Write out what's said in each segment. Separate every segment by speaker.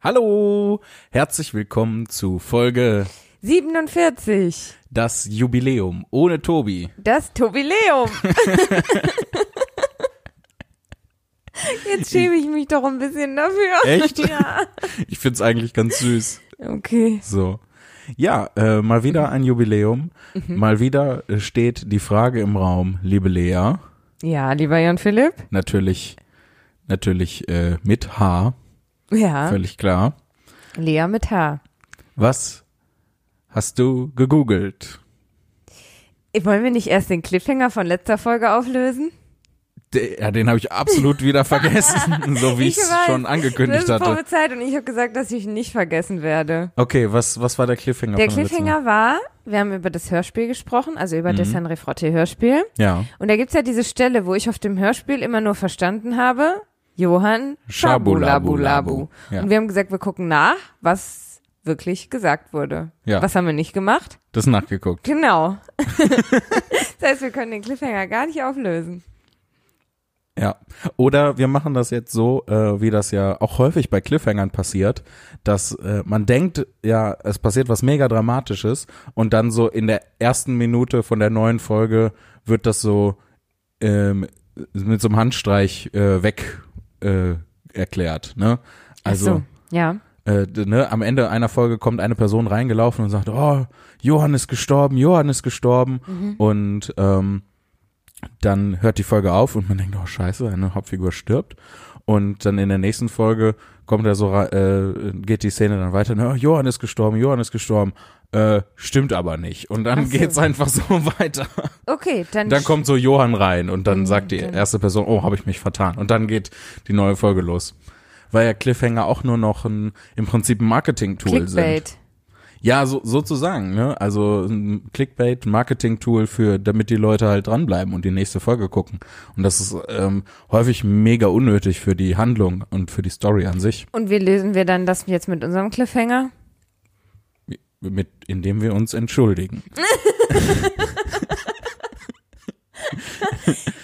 Speaker 1: Hallo, herzlich willkommen zu Folge
Speaker 2: 47.
Speaker 1: Das Jubiläum ohne Tobi.
Speaker 2: Das Tobiläum. Jetzt schäme ich mich doch ein bisschen dafür.
Speaker 1: Echt?
Speaker 2: Ja.
Speaker 1: Ich find's eigentlich ganz süß.
Speaker 2: Okay.
Speaker 1: So. Ja, äh, mal wieder ein Jubiläum.
Speaker 2: Mhm.
Speaker 1: Mal wieder äh, steht die Frage im Raum, liebe Lea.
Speaker 2: Ja, lieber Jan Philipp.
Speaker 1: Natürlich, natürlich äh, mit H,
Speaker 2: Ja.
Speaker 1: völlig klar.
Speaker 2: Lea mit H.
Speaker 1: Was hast du gegoogelt?
Speaker 2: Äh, Wollen wir nicht erst den Cliffhanger von letzter Folge auflösen?
Speaker 1: D- Ja, den habe ich absolut wieder vergessen, so wie
Speaker 2: Ich
Speaker 1: ich es
Speaker 2: weiß,
Speaker 1: schon angekündigt
Speaker 2: das ist
Speaker 1: hatte.
Speaker 2: prophezeit und ich habe gesagt, dass ich ihn nicht vergessen werde.
Speaker 1: Okay, was, was war der Cliffhanger?
Speaker 2: Der
Speaker 1: von letztem
Speaker 2: Cliffhanger war, wir haben über das Hörspiel gesprochen, also über
Speaker 1: Mhm.
Speaker 2: das Henry Frotte Hörspiel.
Speaker 1: Mal? Ja.
Speaker 2: Und da gibt's ja diese Stelle, wo ich auf dem Hörspiel immer nur verstanden habe, Johann
Speaker 1: Schabulabulabu.
Speaker 2: Schabulabulabu.
Speaker 1: Ja.
Speaker 2: Und wir haben gesagt, wir gucken nach, was wirklich gesagt wurde.
Speaker 1: Ja.
Speaker 2: Was haben wir nicht gemacht?
Speaker 1: Das nachgeguckt.
Speaker 2: Genau. das heißt, wir können den Cliffhanger gar nicht auflösen.
Speaker 1: Ja. Oder wir machen das jetzt so, äh, wie das ja auch häufig bei Cliffhangern passiert, dass äh, man denkt, ja, es passiert was mega Dramatisches und dann so in der ersten Minute von der neuen Folge wird das so ähm, mit so einem Handstreich äh, weg äh, erklärt. Ne? Also
Speaker 2: Ach so. Ja.
Speaker 1: äh, d- ne, am Ende einer Folge kommt eine Person reingelaufen und sagt, oh, Johann ist gestorben, Johann ist gestorben.
Speaker 2: Mhm.
Speaker 1: Und ähm, dann hört die Folge auf und man denkt, oh scheiße, eine Hauptfigur stirbt. Und dann in der nächsten Folge kommt er so, ra- äh, geht die Szene dann weiter, ne, oh, Johann ist gestorben, Johann ist gestorben. Äh, stimmt aber nicht. Und dann
Speaker 2: Ach so.
Speaker 1: geht's einfach so weiter.
Speaker 2: Okay, dann,
Speaker 1: Dann kommt so Johann rein und dann
Speaker 2: Mhm,
Speaker 1: sagt die
Speaker 2: dann-
Speaker 1: erste Person, oh, habe ich mich vertan. Und dann geht die neue Folge los. Weil ja Cliffhanger auch nur noch ein, im Prinzip ein Marketing-Tool sind.
Speaker 2: Clickbait.
Speaker 1: Ja, so, sozusagen, ne? Also ein Clickbait, Marketing-Tool für, damit die Leute halt dranbleiben und die nächste Folge gucken. Und das ist ähm, häufig mega unnötig für die Handlung und für die Story an sich,
Speaker 2: Und wie lösen wir dann das jetzt mit unserem Cliffhanger?
Speaker 1: mit, indem wir uns entschuldigen.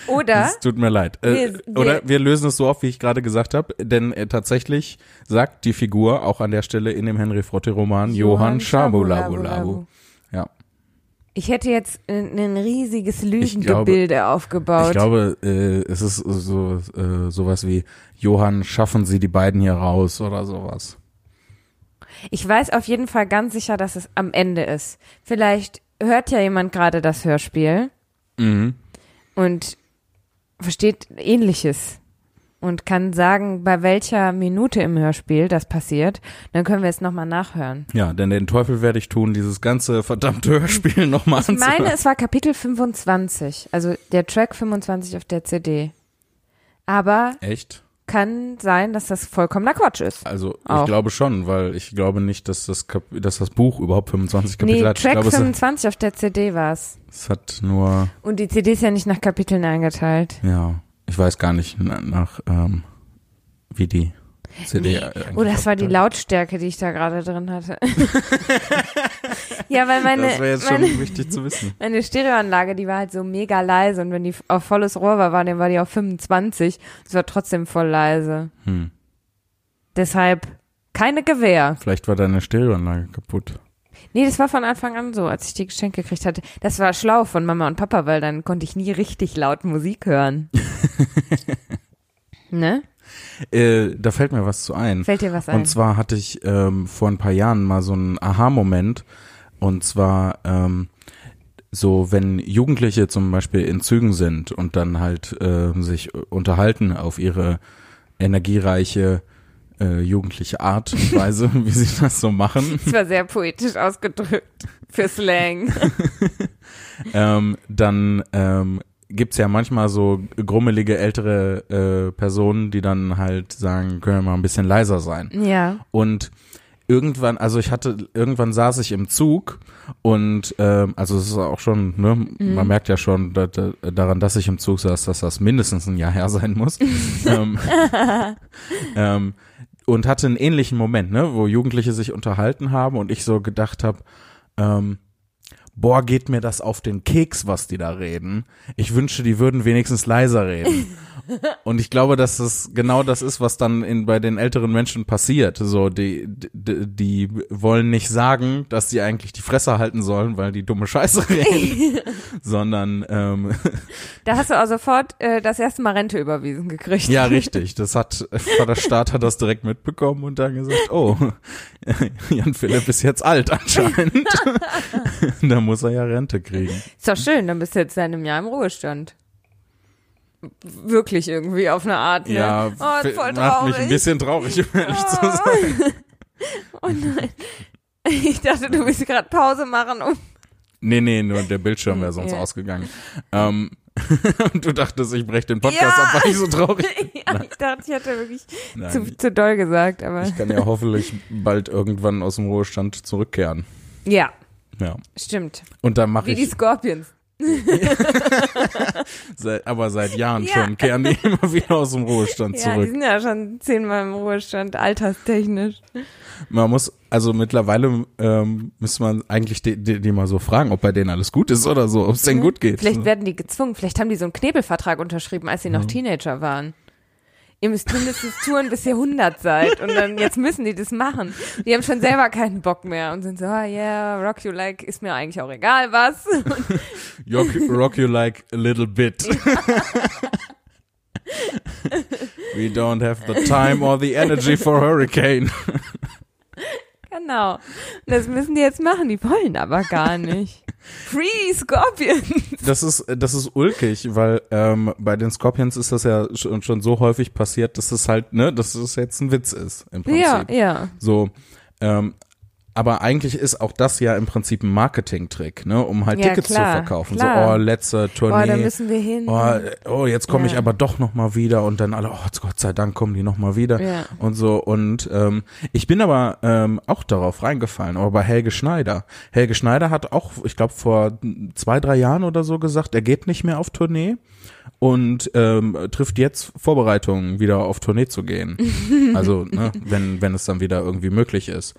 Speaker 2: Oder
Speaker 1: Es tut mir leid. Äh,
Speaker 2: Wir- wir-
Speaker 1: oder wir lösen es so auf, wie ich gerade gesagt habe, denn äh, tatsächlich sagt die Figur auch an der Stelle in dem Henry Frotte-Roman Johann Schabulabulabu. Ja.
Speaker 2: Ich hätte jetzt ein, ein riesiges
Speaker 1: glaube-
Speaker 2: Lügengebilde aufgebaut.
Speaker 1: Ich glaube, äh, es ist so äh, sowas wie Johann, schaffen Sie die beiden hier raus oder sowas.
Speaker 2: Ich weiß auf jeden Fall ganz sicher, dass es am Ende ist. Vielleicht hört ja jemand gerade das Hörspiel
Speaker 1: Mhm.
Speaker 2: und versteht Ähnliches und kann sagen, bei welcher Minute im Hörspiel das passiert. Dann können wir es nochmal nachhören.
Speaker 1: Ja, denn den Teufel werde ich tun, dieses ganze verdammte Hörspiel nochmal
Speaker 2: Ich
Speaker 1: anzuhören.
Speaker 2: meine, es war Kapitel 25, also der Track 25 auf der CD. Aber
Speaker 1: Echt?
Speaker 2: kann sein, dass das vollkommener Quatsch ist.
Speaker 1: Also ich
Speaker 2: Auch.
Speaker 1: glaube schon, weil ich glaube nicht, dass das, Kap dass das Buch überhaupt 25 Kapitel
Speaker 2: nee,
Speaker 1: hat. Ich
Speaker 2: Track
Speaker 1: glaube, es,
Speaker 2: 25 auf der CD war's.
Speaker 1: es hat nur
Speaker 2: Und die CD ist ja nicht nach Kapiteln eingeteilt.
Speaker 1: Ja, ich weiß gar nicht na, nach, ähm, wie die äh, CD. eigentlich
Speaker 2: Oh, das war die
Speaker 1: abläuft.
Speaker 2: Lautstärke, die ich da gerade drin hatte. ja, weil meine,
Speaker 1: Das wäre jetzt schon
Speaker 2: meine,
Speaker 1: wichtig zu wissen.
Speaker 2: meine Stereoanlage, die war halt so mega leise und wenn die auf volles Rohr war, war, dann war die auf 25. Es war trotzdem voll leise.
Speaker 1: Hm.
Speaker 2: Deshalb keine Gewehr.
Speaker 1: Vielleicht war deine Stereoanlage kaputt.
Speaker 2: Nee, das war von Anfang an so, als ich die geschenkt gekriegt hatte. Das war schlau von Mama und Papa, weil dann konnte ich nie richtig laut Musik hören. ne?
Speaker 1: Äh, da fällt mir was zu ein.
Speaker 2: Fällt dir was ein?
Speaker 1: Und zwar hatte ich ähm, vor ein paar Jahren mal so einen Aha-Moment. Und zwar ähm, so, wenn Jugendliche zum Beispiel in Zügen sind und dann halt äh, sich unterhalten auf ihre energiereiche äh, jugendliche Art und Weise, wie sie das so machen.
Speaker 2: das war sehr poetisch ausgedrückt für Slang.
Speaker 1: ähm, dann ähm, gibt's ja manchmal so grummelige ältere äh, Personen, die dann halt sagen, können wir mal ein bisschen leiser sein.
Speaker 2: ja.
Speaker 1: Und irgendwann, also ich hatte, irgendwann saß ich im Zug und ähm, also es ist auch schon, ne, man merkt ja schon da, da, daran, dass ich im Zug saß, dass das mindestens ein Jahr her sein muss. ähm, ähm, und hatte einen ähnlichen Moment, ne, wo Jugendliche sich unterhalten haben und ich so gedacht habe, ähm, boah, geht mir das auf den Keks, was die da reden. Ich wünsche, die würden wenigstens leiser reden. Und ich glaube, dass das genau das ist, was dann in, bei den älteren Menschen passiert. So, die, die, die wollen nicht sagen, dass sie eigentlich die Fresse halten sollen, weil die dumme Scheiße reden, sondern ähm,
Speaker 2: Da hast du auch sofort äh, das erste Mal Rente überwiesen gekriegt.
Speaker 1: ja, richtig. Das hat der Staat hat das direkt mitbekommen und dann gesagt, oh, Jan Philipp ist jetzt alt anscheinend. da muss er ja Rente kriegen.
Speaker 2: Ist doch schön, dann bist du jetzt seit einem Jahr im Ruhestand. Wirklich irgendwie auf eine Art. Ne?
Speaker 1: Ja,
Speaker 2: oh,
Speaker 1: f-
Speaker 2: voll
Speaker 1: macht mich ein
Speaker 2: traurig.
Speaker 1: bisschen traurig, um ehrlich zu sein.
Speaker 2: Oh nein. Ich dachte, du willst gerade Pause machen, um.
Speaker 1: Nee, nee, nur der Bildschirm wäre sonst
Speaker 2: Ja.
Speaker 1: ausgegangen. Ähm, und du dachtest, ich breche den Podcast
Speaker 2: Ja.
Speaker 1: ab, weil ich so traurig
Speaker 2: ja, ich dachte, ich hatte wirklich
Speaker 1: bin.
Speaker 2: zu, zu doll gesagt, aber.
Speaker 1: Ich kann ja hoffentlich bald irgendwann aus dem Ruhestand zurückkehren.
Speaker 2: Ja,
Speaker 1: Ja.
Speaker 2: stimmt.
Speaker 1: Und dann mache
Speaker 2: Wie die
Speaker 1: ich,
Speaker 2: Scorpions.
Speaker 1: seit, aber seit Jahren
Speaker 2: Ja.
Speaker 1: schon, kehren die immer wieder aus dem Ruhestand
Speaker 2: Ja, die
Speaker 1: zurück.
Speaker 2: sind ja schon zehnmal im Ruhestand, alterstechnisch.
Speaker 1: Man muss, also mittlerweile ähm, müsste man eigentlich die, die, die mal so fragen, ob bei denen alles gut ist oder so, ob es denen gut geht.
Speaker 2: Mhm. Vielleicht werden die gezwungen, vielleicht haben die so einen Knebelvertrag unterschrieben, als sie noch Teenager waren. Ihr müsst mindestens touren, bis ihr 100 seid und dann jetzt müssen die das machen. Die haben schon selber keinen Bock mehr und sind so, ah yeah, rock you like, ist mir eigentlich auch egal was.
Speaker 1: Rock, rock you like a little bit. We don't have the time or the energy for hurricane.
Speaker 2: Genau. Und das müssen die jetzt machen, die wollen aber gar nicht. Free Scorpion.
Speaker 1: Das ist, das ist ulkig, weil ähm, bei den Scorpions ist das ja schon, schon so häufig passiert, dass es halt, ne, dass es jetzt ein Witz ist im Prinzip.
Speaker 2: Ja, ja.
Speaker 1: So, ähm, aber eigentlich ist auch das ja im Prinzip ein Marketing-Trick, ne, um halt
Speaker 2: Ja,
Speaker 1: Tickets
Speaker 2: klar,
Speaker 1: zu verkaufen.
Speaker 2: klar.
Speaker 1: So, oh, letzte
Speaker 2: Boah, da
Speaker 1: Tournee.
Speaker 2: müssen wir hin.
Speaker 1: Oh, oh, jetzt komme ich
Speaker 2: Ja.
Speaker 1: aber doch noch mal wieder und dann alle, oh Gott sei Dank kommen die noch mal wieder
Speaker 2: Ja.
Speaker 1: und so und ähm, ich bin aber ähm, auch darauf reingefallen, aber bei Helge Schneider. Helge Schneider hat auch, ich glaube vor zwei drei Jahren oder so gesagt, er geht nicht mehr auf Tournee und ähm, trifft jetzt Vorbereitungen, wieder auf Tournee zu gehen. Also ne, wenn wenn es dann wieder irgendwie möglich ist.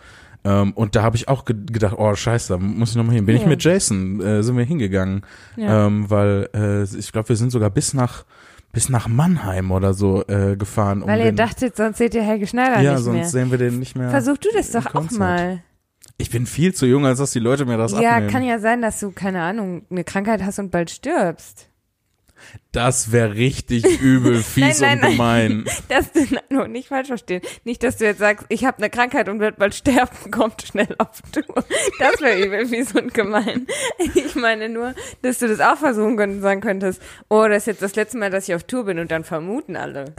Speaker 1: Ähm, und da habe ich auch ge gedacht, oh scheiße, da muss ich nochmal hin. Bin ich
Speaker 2: Ja.
Speaker 1: mit Jason, äh, sind wir hingegangen.
Speaker 2: Ja.
Speaker 1: Ähm, weil äh, ich glaube, wir sind sogar bis nach bis nach Mannheim oder so äh, gefahren. um
Speaker 2: Weil ihr
Speaker 1: den,
Speaker 2: dachtet, sonst seht ihr Helge Schneider
Speaker 1: ja,
Speaker 2: nicht
Speaker 1: sonst
Speaker 2: mehr.
Speaker 1: sehen wir den nicht mehr.
Speaker 2: Versuch du das
Speaker 1: im
Speaker 2: doch auch
Speaker 1: Konzert.
Speaker 2: mal.
Speaker 1: Ich bin viel zu jung, als dass die Leute mir das
Speaker 2: Ja,
Speaker 1: abnehmen.
Speaker 2: kann ja sein, dass du, keine Ahnung, eine Krankheit hast und bald stirbst.
Speaker 1: Das wäre richtig übel, fies
Speaker 2: Nein,
Speaker 1: und
Speaker 2: nein, nein.
Speaker 1: gemein.
Speaker 2: Das nur nicht falsch verstehen. Nicht, dass du jetzt sagst, ich habe eine Krankheit und werde bald sterben, kommt schnell auf Tour. Das wäre übel, fies und gemein. Ich meine nur, dass du das auch versuchen könntest und sagen könntest, oh, das ist jetzt das letzte Mal, dass ich auf Tour bin und dann vermuten alle.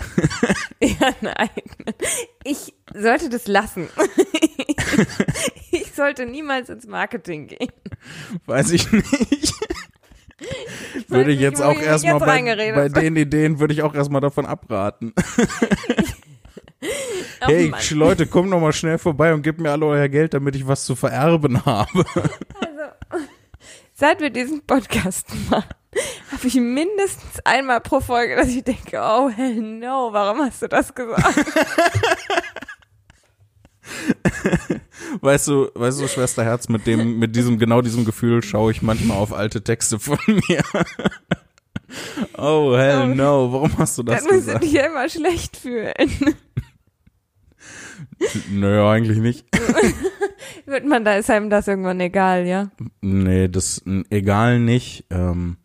Speaker 2: ja, nein. Ich sollte das lassen. ich sollte niemals ins Marketing gehen.
Speaker 1: Weiß ich nicht.
Speaker 2: weiß
Speaker 1: würde ich
Speaker 2: nicht,
Speaker 1: jetzt
Speaker 2: wo
Speaker 1: auch
Speaker 2: ich mich
Speaker 1: erstmal
Speaker 2: jetzt
Speaker 1: bei,
Speaker 2: reingeredet
Speaker 1: bei
Speaker 2: habe.
Speaker 1: den Ideen würde ich auch erstmal davon abraten.
Speaker 2: Oh
Speaker 1: hey,
Speaker 2: Mann.
Speaker 1: Leute, kommt noch mal schnell vorbei und gebt mir alle euer Geld, damit ich was zu vererben habe.
Speaker 2: seit wir diesen Podcast machen, habe ich mindestens einmal pro Folge, dass ich denke, oh hell no, warum hast du das gesagt?
Speaker 1: Weißt du, weißt du, Schwesterherz, mit dem, mit diesem, genau diesem Gefühl schaue ich manchmal auf alte Texte von mir. Oh, hell no, warum hast du das
Speaker 2: Dann musst du
Speaker 1: gesagt?
Speaker 2: dich ja immer schlecht fühlen.
Speaker 1: Nö, eigentlich nicht.
Speaker 2: Wird man da, ist einem das irgendwann egal, ja?
Speaker 1: Nee, das, n- egal nicht, ähm,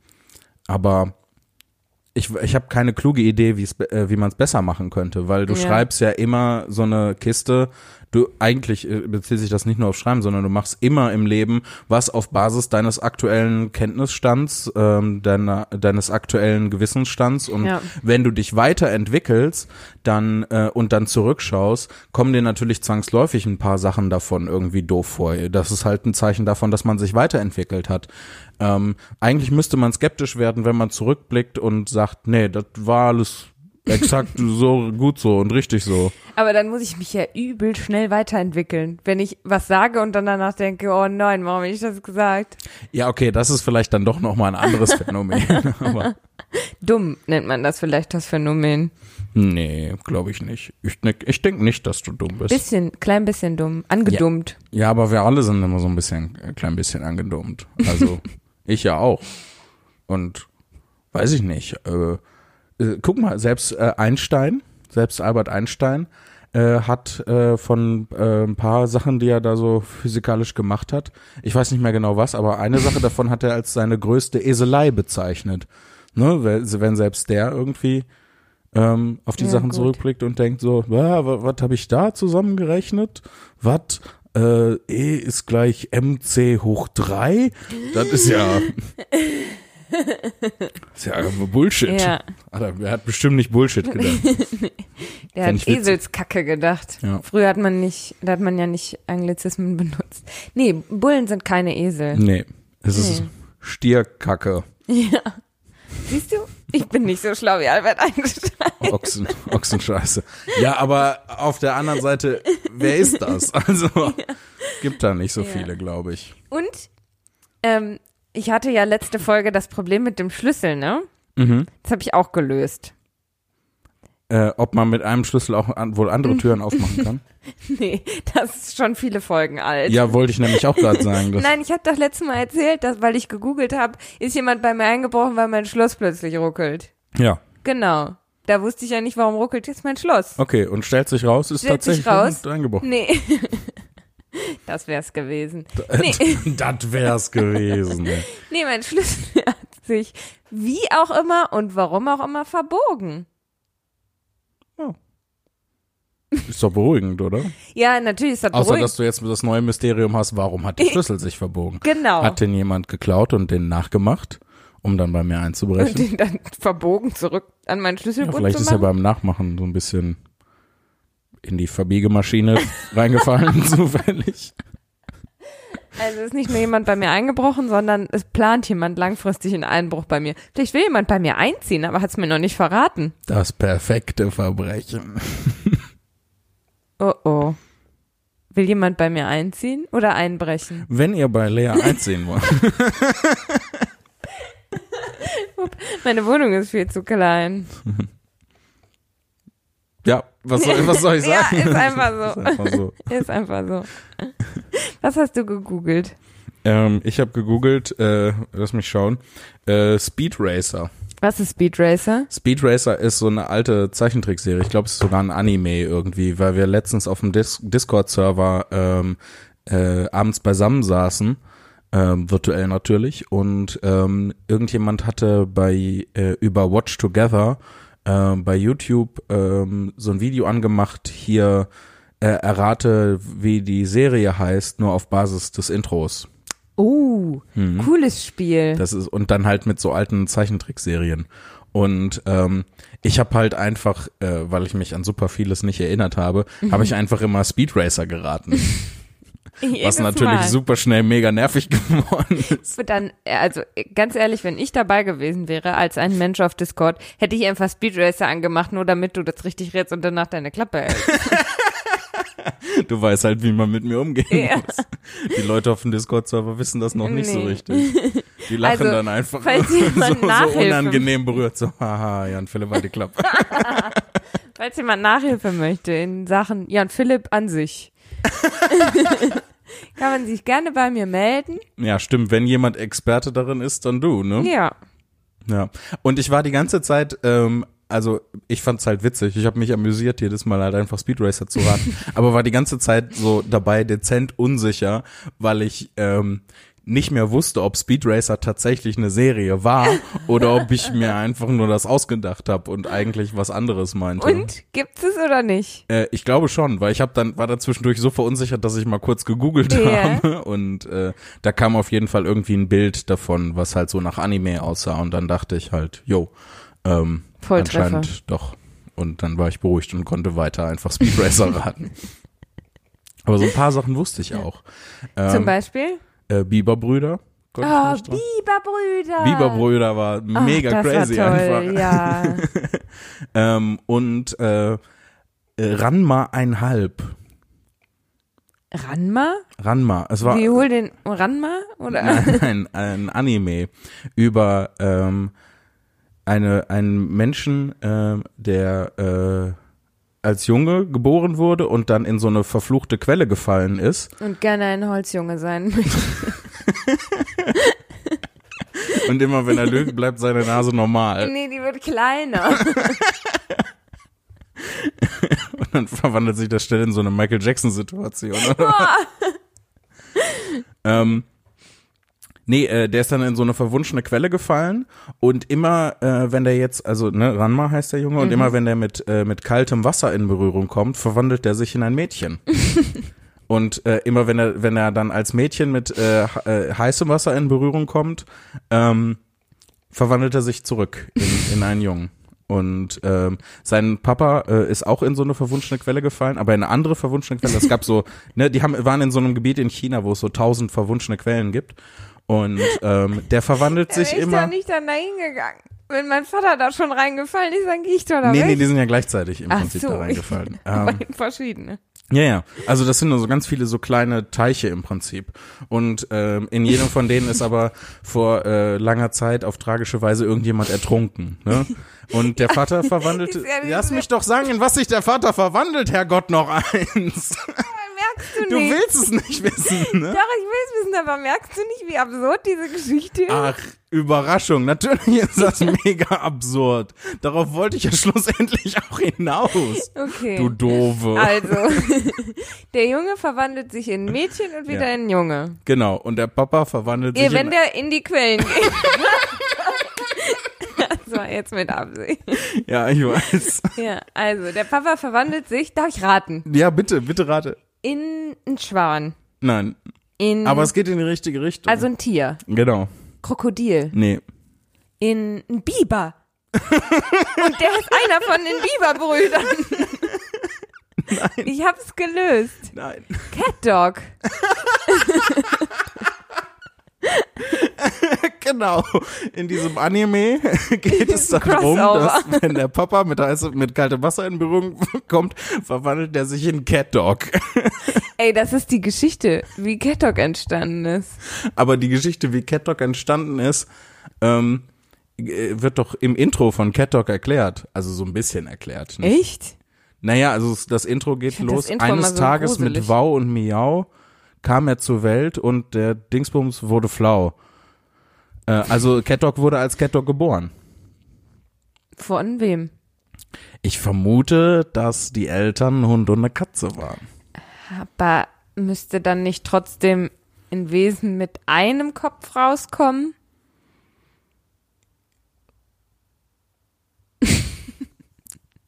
Speaker 1: aber ich, ich habe keine kluge Idee, wie's, be- äh, wie man es besser machen könnte, weil du
Speaker 2: Ja.
Speaker 1: schreibst ja immer so eine Kiste, du eigentlich äh, bezieht sich das nicht nur auf Schreiben, sondern du machst immer im Leben was auf Basis deines aktuellen Kenntnisstands, ähm, deiner, deines aktuellen Gewissensstands und
Speaker 2: Ja.
Speaker 1: wenn du dich weiterentwickelst dann, äh, und dann zurückschaust, kommen dir natürlich zwangsläufig ein paar Sachen davon irgendwie doof vor. Das ist halt ein Zeichen davon, dass man sich weiterentwickelt hat. Ähm, eigentlich müsste man skeptisch werden, wenn man zurückblickt und sagt, nee, das war alles exakt so gut so und richtig so.
Speaker 2: Aber dann muss ich mich ja übel schnell weiterentwickeln, wenn ich was sage und dann danach denke, oh nein, warum habe ich das gesagt?
Speaker 1: Ja, okay, das ist vielleicht dann doch nochmal ein anderes Phänomen. Aber
Speaker 2: Dumm nennt man das vielleicht, das Phänomen.
Speaker 1: Nee, glaube ich nicht. Ich, ne- ich denke nicht, dass du dumm bist.
Speaker 2: Bisschen, klein bisschen dumm. Angedummt.
Speaker 1: Ja, aber wir alle sind immer so ein bisschen, äh, klein bisschen angedummt. Also, ich ja auch. Und weiß ich nicht. Äh, äh, guck mal, selbst äh, Einstein, selbst Albert Einstein, äh, hat äh, von äh, ein paar Sachen, die er da so physikalisch gemacht hat, ich weiß nicht mehr genau was, aber eine Sache davon hat er als seine größte Eselei bezeichnet. Ne? Weil- Wenn selbst der irgendwie ähm, auf die
Speaker 2: Ja,
Speaker 1: Sachen
Speaker 2: gut.
Speaker 1: zurückblickt und denkt so, was habe ich da zusammengerechnet? Was? Äh, e ist gleich mc hoch 3? Das ist ja, ist ja Bullshit.
Speaker 2: Ja.
Speaker 1: Alter, er hat bestimmt nicht Bullshit gedacht.
Speaker 2: Der
Speaker 1: Fänd
Speaker 2: hat
Speaker 1: ich witzig.
Speaker 2: Eselskacke gedacht.
Speaker 1: Ja.
Speaker 2: Früher hat man nicht, da hat man ja nicht Anglizismen benutzt. Nee, Bullen sind keine Esel.
Speaker 1: nee, es ist
Speaker 2: Nee.
Speaker 1: Stierkacke,
Speaker 2: Ja. Siehst du? Ich bin nicht so schlau wie Albert Einstein.
Speaker 1: Ochsen, Ochsenscheiße. Ja, aber auf der anderen Seite, wer ist das? Also, gibt da nicht so
Speaker 2: Ja.
Speaker 1: viele, glaube ich.
Speaker 2: Und ähm, ich hatte ja letzte Folge das Problem mit dem Schlüssel, ne?
Speaker 1: Mhm.
Speaker 2: Das habe ich auch gelöst.
Speaker 1: Äh, ob man mit einem Schlüssel auch an, wohl andere
Speaker 2: Mhm.
Speaker 1: Türen aufmachen kann?
Speaker 2: Nee, das ist schon viele Folgen alt.
Speaker 1: Ja, wollte ich nämlich auch gerade sagen. Dass,
Speaker 2: Nein, ich habe doch letztes Mal erzählt, dass, weil ich gegoogelt habe, ist jemand bei mir eingebrochen, weil mein Schloss plötzlich ruckelt.
Speaker 1: ja,
Speaker 2: Genau. Da wusste ich ja nicht, warum ruckelt jetzt mein Schloss.
Speaker 1: okay. Und stellt sich raus, ist
Speaker 2: Stellt sich
Speaker 1: tatsächlich
Speaker 2: raus.
Speaker 1: jemand eingebrochen.
Speaker 2: Nee. Das wär's gewesen.
Speaker 1: das wär's gewesen. ey.
Speaker 2: Nee, mein Schlüssel hat sich wie auch immer und warum auch immer verbogen.
Speaker 1: Ist doch beruhigend, oder?
Speaker 2: Ja, natürlich ist das
Speaker 1: Außer,
Speaker 2: beruhigend.
Speaker 1: dass du jetzt das neue Mysterium hast, warum hat der Schlüssel sich verbogen?
Speaker 2: genau.
Speaker 1: Hat den jemand geklaut und den nachgemacht, um dann bei mir
Speaker 2: und
Speaker 1: einzubrechen?
Speaker 2: den dann verbogen zurück an meinen
Speaker 1: Ja,
Speaker 2: Schlüsselbund
Speaker 1: vielleicht
Speaker 2: zu
Speaker 1: ist er
Speaker 2: machen.
Speaker 1: beim Nachmachen so ein bisschen in die Verbiegemaschine reingefallen, zufällig.
Speaker 2: also ist nicht nur jemand bei mir eingebrochen, sondern es plant jemand langfristig einen Einbruch bei mir. Vielleicht will jemand bei mir einziehen, aber hat's mir noch nicht verraten.
Speaker 1: Das perfekte Verbrechen.
Speaker 2: Oh oh. Will jemand bei mir einziehen oder einbrechen?
Speaker 1: Wenn ihr bei Lea einziehen wollt.
Speaker 2: Meine Wohnung ist viel zu klein.
Speaker 1: Ja, was soll, was soll ich
Speaker 2: Ja,
Speaker 1: sagen?
Speaker 2: ist einfach so.
Speaker 1: Ist einfach so.
Speaker 2: Ist einfach so. Was hast du gegoogelt?
Speaker 1: Ähm, ich habe gegoogelt, äh, lass mich schauen, äh, Speed Racer.
Speaker 2: Was ist Speed Racer?
Speaker 1: Speed Racer ist so eine alte Zeichentrickserie. Ich glaube, es ist sogar ein Anime irgendwie, weil wir letztens auf dem Dis Discord-Server ähm, äh, abends beisammen saßen, ähm, virtuell natürlich, und ähm, irgendjemand hatte bei äh, über Watch Together ähm, bei YouTube ähm, so ein Video angemacht, hier äh, errate, wie die Serie heißt, nur auf Basis des Intros.
Speaker 2: Oh,
Speaker 1: Mhm.
Speaker 2: cooles Spiel.
Speaker 1: Das ist und dann halt mit so alten Zeichentrickserien. Und ähm, ich habe halt einfach, äh, weil ich mich an super vieles nicht erinnert habe,
Speaker 2: Mhm.
Speaker 1: habe ich einfach immer Speed Racer geraten, was
Speaker 2: Jedes
Speaker 1: natürlich
Speaker 2: Mal.
Speaker 1: super schnell mega nervig geworden ist.
Speaker 2: Es wird Dann, also ganz ehrlich, wenn ich dabei gewesen wäre als ein Mensch auf Discord, hätte ich einfach Speed Racer angemacht, nur damit du das richtig rätst und danach deine Klappe hältst.
Speaker 1: Du weißt halt, wie man mit mir umgeht.
Speaker 2: Ja.
Speaker 1: Die Leute auf dem Discord-Server wissen das noch nicht so
Speaker 2: Nee.
Speaker 1: richtig. Die lachen
Speaker 2: Also,
Speaker 1: dann einfach
Speaker 2: falls
Speaker 1: so,
Speaker 2: jemand
Speaker 1: so
Speaker 2: Nachhilfe-
Speaker 1: unangenehm berührt. So, haha, Jan Philipp hat die Klappe.
Speaker 2: Falls jemand Nachhilfe möchte in Sachen Jan Philipp an sich, kann man sich gerne bei mir melden.
Speaker 1: Ja, stimmt. Wenn jemand Experte darin ist, dann du, ne?
Speaker 2: Ja.
Speaker 1: Ja, und ich war die ganze Zeit, ähm, also ich fand's halt witzig. Ich habe mich amüsiert, jedes Mal halt einfach Speed Racer zu raten, aber war die ganze Zeit so dabei dezent unsicher, weil ich ähm, nicht mehr wusste, ob Speed Racer tatsächlich eine Serie war oder ob ich mir einfach nur das ausgedacht habe und eigentlich was anderes meinte.
Speaker 2: Und gibt's es oder nicht?
Speaker 1: Äh, ich glaube schon, weil ich habe dann war da zwischendurch so verunsichert, dass ich mal kurz gegoogelt
Speaker 2: Ja.
Speaker 1: habe und äh, da kam auf jeden Fall irgendwie ein Bild davon, was halt so nach Anime aussah und dann dachte ich halt, jo, ähm,
Speaker 2: Volltreffer.
Speaker 1: anscheinend doch. Und dann war ich beruhigt und konnte weiter einfach Speed Racer raten. Aber so ein paar Sachen wusste ich auch.
Speaker 2: Zum
Speaker 1: Ähm,
Speaker 2: Beispiel?
Speaker 1: äh, Biberbrüder. konnte ich
Speaker 2: Oh,
Speaker 1: mich dran-
Speaker 2: Biberbrüder.
Speaker 1: Biberbrüder war
Speaker 2: Ach,
Speaker 1: mega
Speaker 2: das
Speaker 1: crazy
Speaker 2: war toll,
Speaker 1: einfach.
Speaker 2: Ja.
Speaker 1: Ähm, und äh, äh, Ranma einhalb.
Speaker 2: Ranma?
Speaker 1: Ranma. Es war
Speaker 2: Wie hol den Ranma? Oder?
Speaker 1: Nein, ein Anime über ähm, eine, einen Menschen, ähm, der äh, als Junge geboren wurde und dann in so eine verfluchte Quelle gefallen ist.
Speaker 2: Und gerne ein Holzjunge sein möchte.
Speaker 1: Und immer wenn er lügt, bleibt seine Nase normal.
Speaker 2: nee, die wird kleiner.
Speaker 1: Und dann verwandelt sich das schnell in so eine Michael Jackson-Situation. ähm, nee, äh, der ist dann in so eine verwunschene Quelle gefallen und immer, äh, wenn der jetzt, also ne, Ranma heißt der Junge, und immer wenn der mit, äh, mit kaltem Wasser in Berührung kommt, verwandelt der sich in ein Mädchen. Und äh, immer wenn er, wenn er dann als Mädchen mit äh, ha- äh, heißem Wasser in Berührung kommt, ähm, verwandelt er sich zurück in, in einen Jungen. Und ähm, sein Papa äh, ist auch in so eine verwunschene Quelle gefallen, aber in eine andere verwunschene Quelle. Es gab so, ne, die haben, waren in so einem Gebiet in China, wo es so tausend verwunschene Quellen gibt. Und ähm, der verwandelt sich
Speaker 2: Wäre ich da
Speaker 1: immer.
Speaker 2: nicht dann da hingegangen. Wenn mein Vater da schon reingefallen ist, dann gehe ich doch da
Speaker 1: Nee,
Speaker 2: weg.
Speaker 1: nee, die sind ja gleichzeitig im
Speaker 2: Ach
Speaker 1: Prinzip
Speaker 2: so.
Speaker 1: da reingefallen. Ähm,
Speaker 2: Beiden verschiedene.
Speaker 1: Ja, ja. Also das sind nur so ganz viele so kleine Teiche im Prinzip. Und ähm, in jedem von denen ist aber vor äh, langer Zeit auf tragische Weise irgendjemand ertrunken. Ne? Und der Vater verwandelte.
Speaker 2: ist ja wie
Speaker 1: Lass
Speaker 2: so-
Speaker 1: mich doch sagen, in was sich der Vater verwandelt, Herrgott, noch eins.
Speaker 2: Merkst du nicht?
Speaker 1: Du willst es nicht wissen, ne?
Speaker 2: Doch, ich will es wissen, aber merkst du nicht, wie absurd diese Geschichte ist?
Speaker 1: Ach, Überraschung. Natürlich ist das mega absurd. Darauf wollte ich ja schlussendlich auch hinaus.
Speaker 2: Okay.
Speaker 1: Du Doofe.
Speaker 2: also, der Junge verwandelt sich in ein Mädchen und wieder
Speaker 1: Ja.
Speaker 2: in ein Junge.
Speaker 1: Genau. Und der Papa verwandelt
Speaker 2: Ehe,
Speaker 1: sich
Speaker 2: wenn
Speaker 1: in
Speaker 2: der in die Quellen geht. das war jetzt mit Absicht.
Speaker 1: Ja, ich weiß.
Speaker 2: Ja, also, der Papa verwandelt sich, darf ich raten,
Speaker 1: Ja, bitte, bitte rate.
Speaker 2: in einen Schwan.
Speaker 1: Nein,
Speaker 2: In,
Speaker 1: aber es geht in die richtige Richtung.
Speaker 2: Mhm. also ein Tier.
Speaker 1: genau.
Speaker 2: Krokodil.
Speaker 1: Nee.
Speaker 2: In einen Biber. Und der ist einer von den Biberbrüdern. Nein. Ich hab's gelöst.
Speaker 1: Nein.
Speaker 2: Catdog.
Speaker 1: Genau. In diesem Anime geht es darum,
Speaker 2: Crossover.
Speaker 1: dass wenn der Papa mit, heißem- mit kaltem Wasser in Berührung kommt, verwandelt er sich in Catdog.
Speaker 2: Ey, das ist die Geschichte, wie Catdog entstanden ist.
Speaker 1: Aber die Geschichte, wie Catdog entstanden ist, ähm, äh, wird doch im Intro von Catdog erklärt. Also so ein bisschen erklärt. Ne?
Speaker 2: Echt?
Speaker 1: Naja, also es- das Intro geht
Speaker 2: das
Speaker 1: los.
Speaker 2: Intro immer
Speaker 1: Eines
Speaker 2: so
Speaker 1: Tages mit
Speaker 2: gruselig.
Speaker 1: Wow und Miau kam er zur Welt und der Dingsbums wurde flau. Äh, also Catdog wurde als Catdog geboren.
Speaker 2: Von wem?
Speaker 1: Ich vermute, dass die Eltern ein Hund und eine Katze waren.
Speaker 2: Aber müsste dann nicht trotzdem ein Wesen mit einem Kopf rauskommen?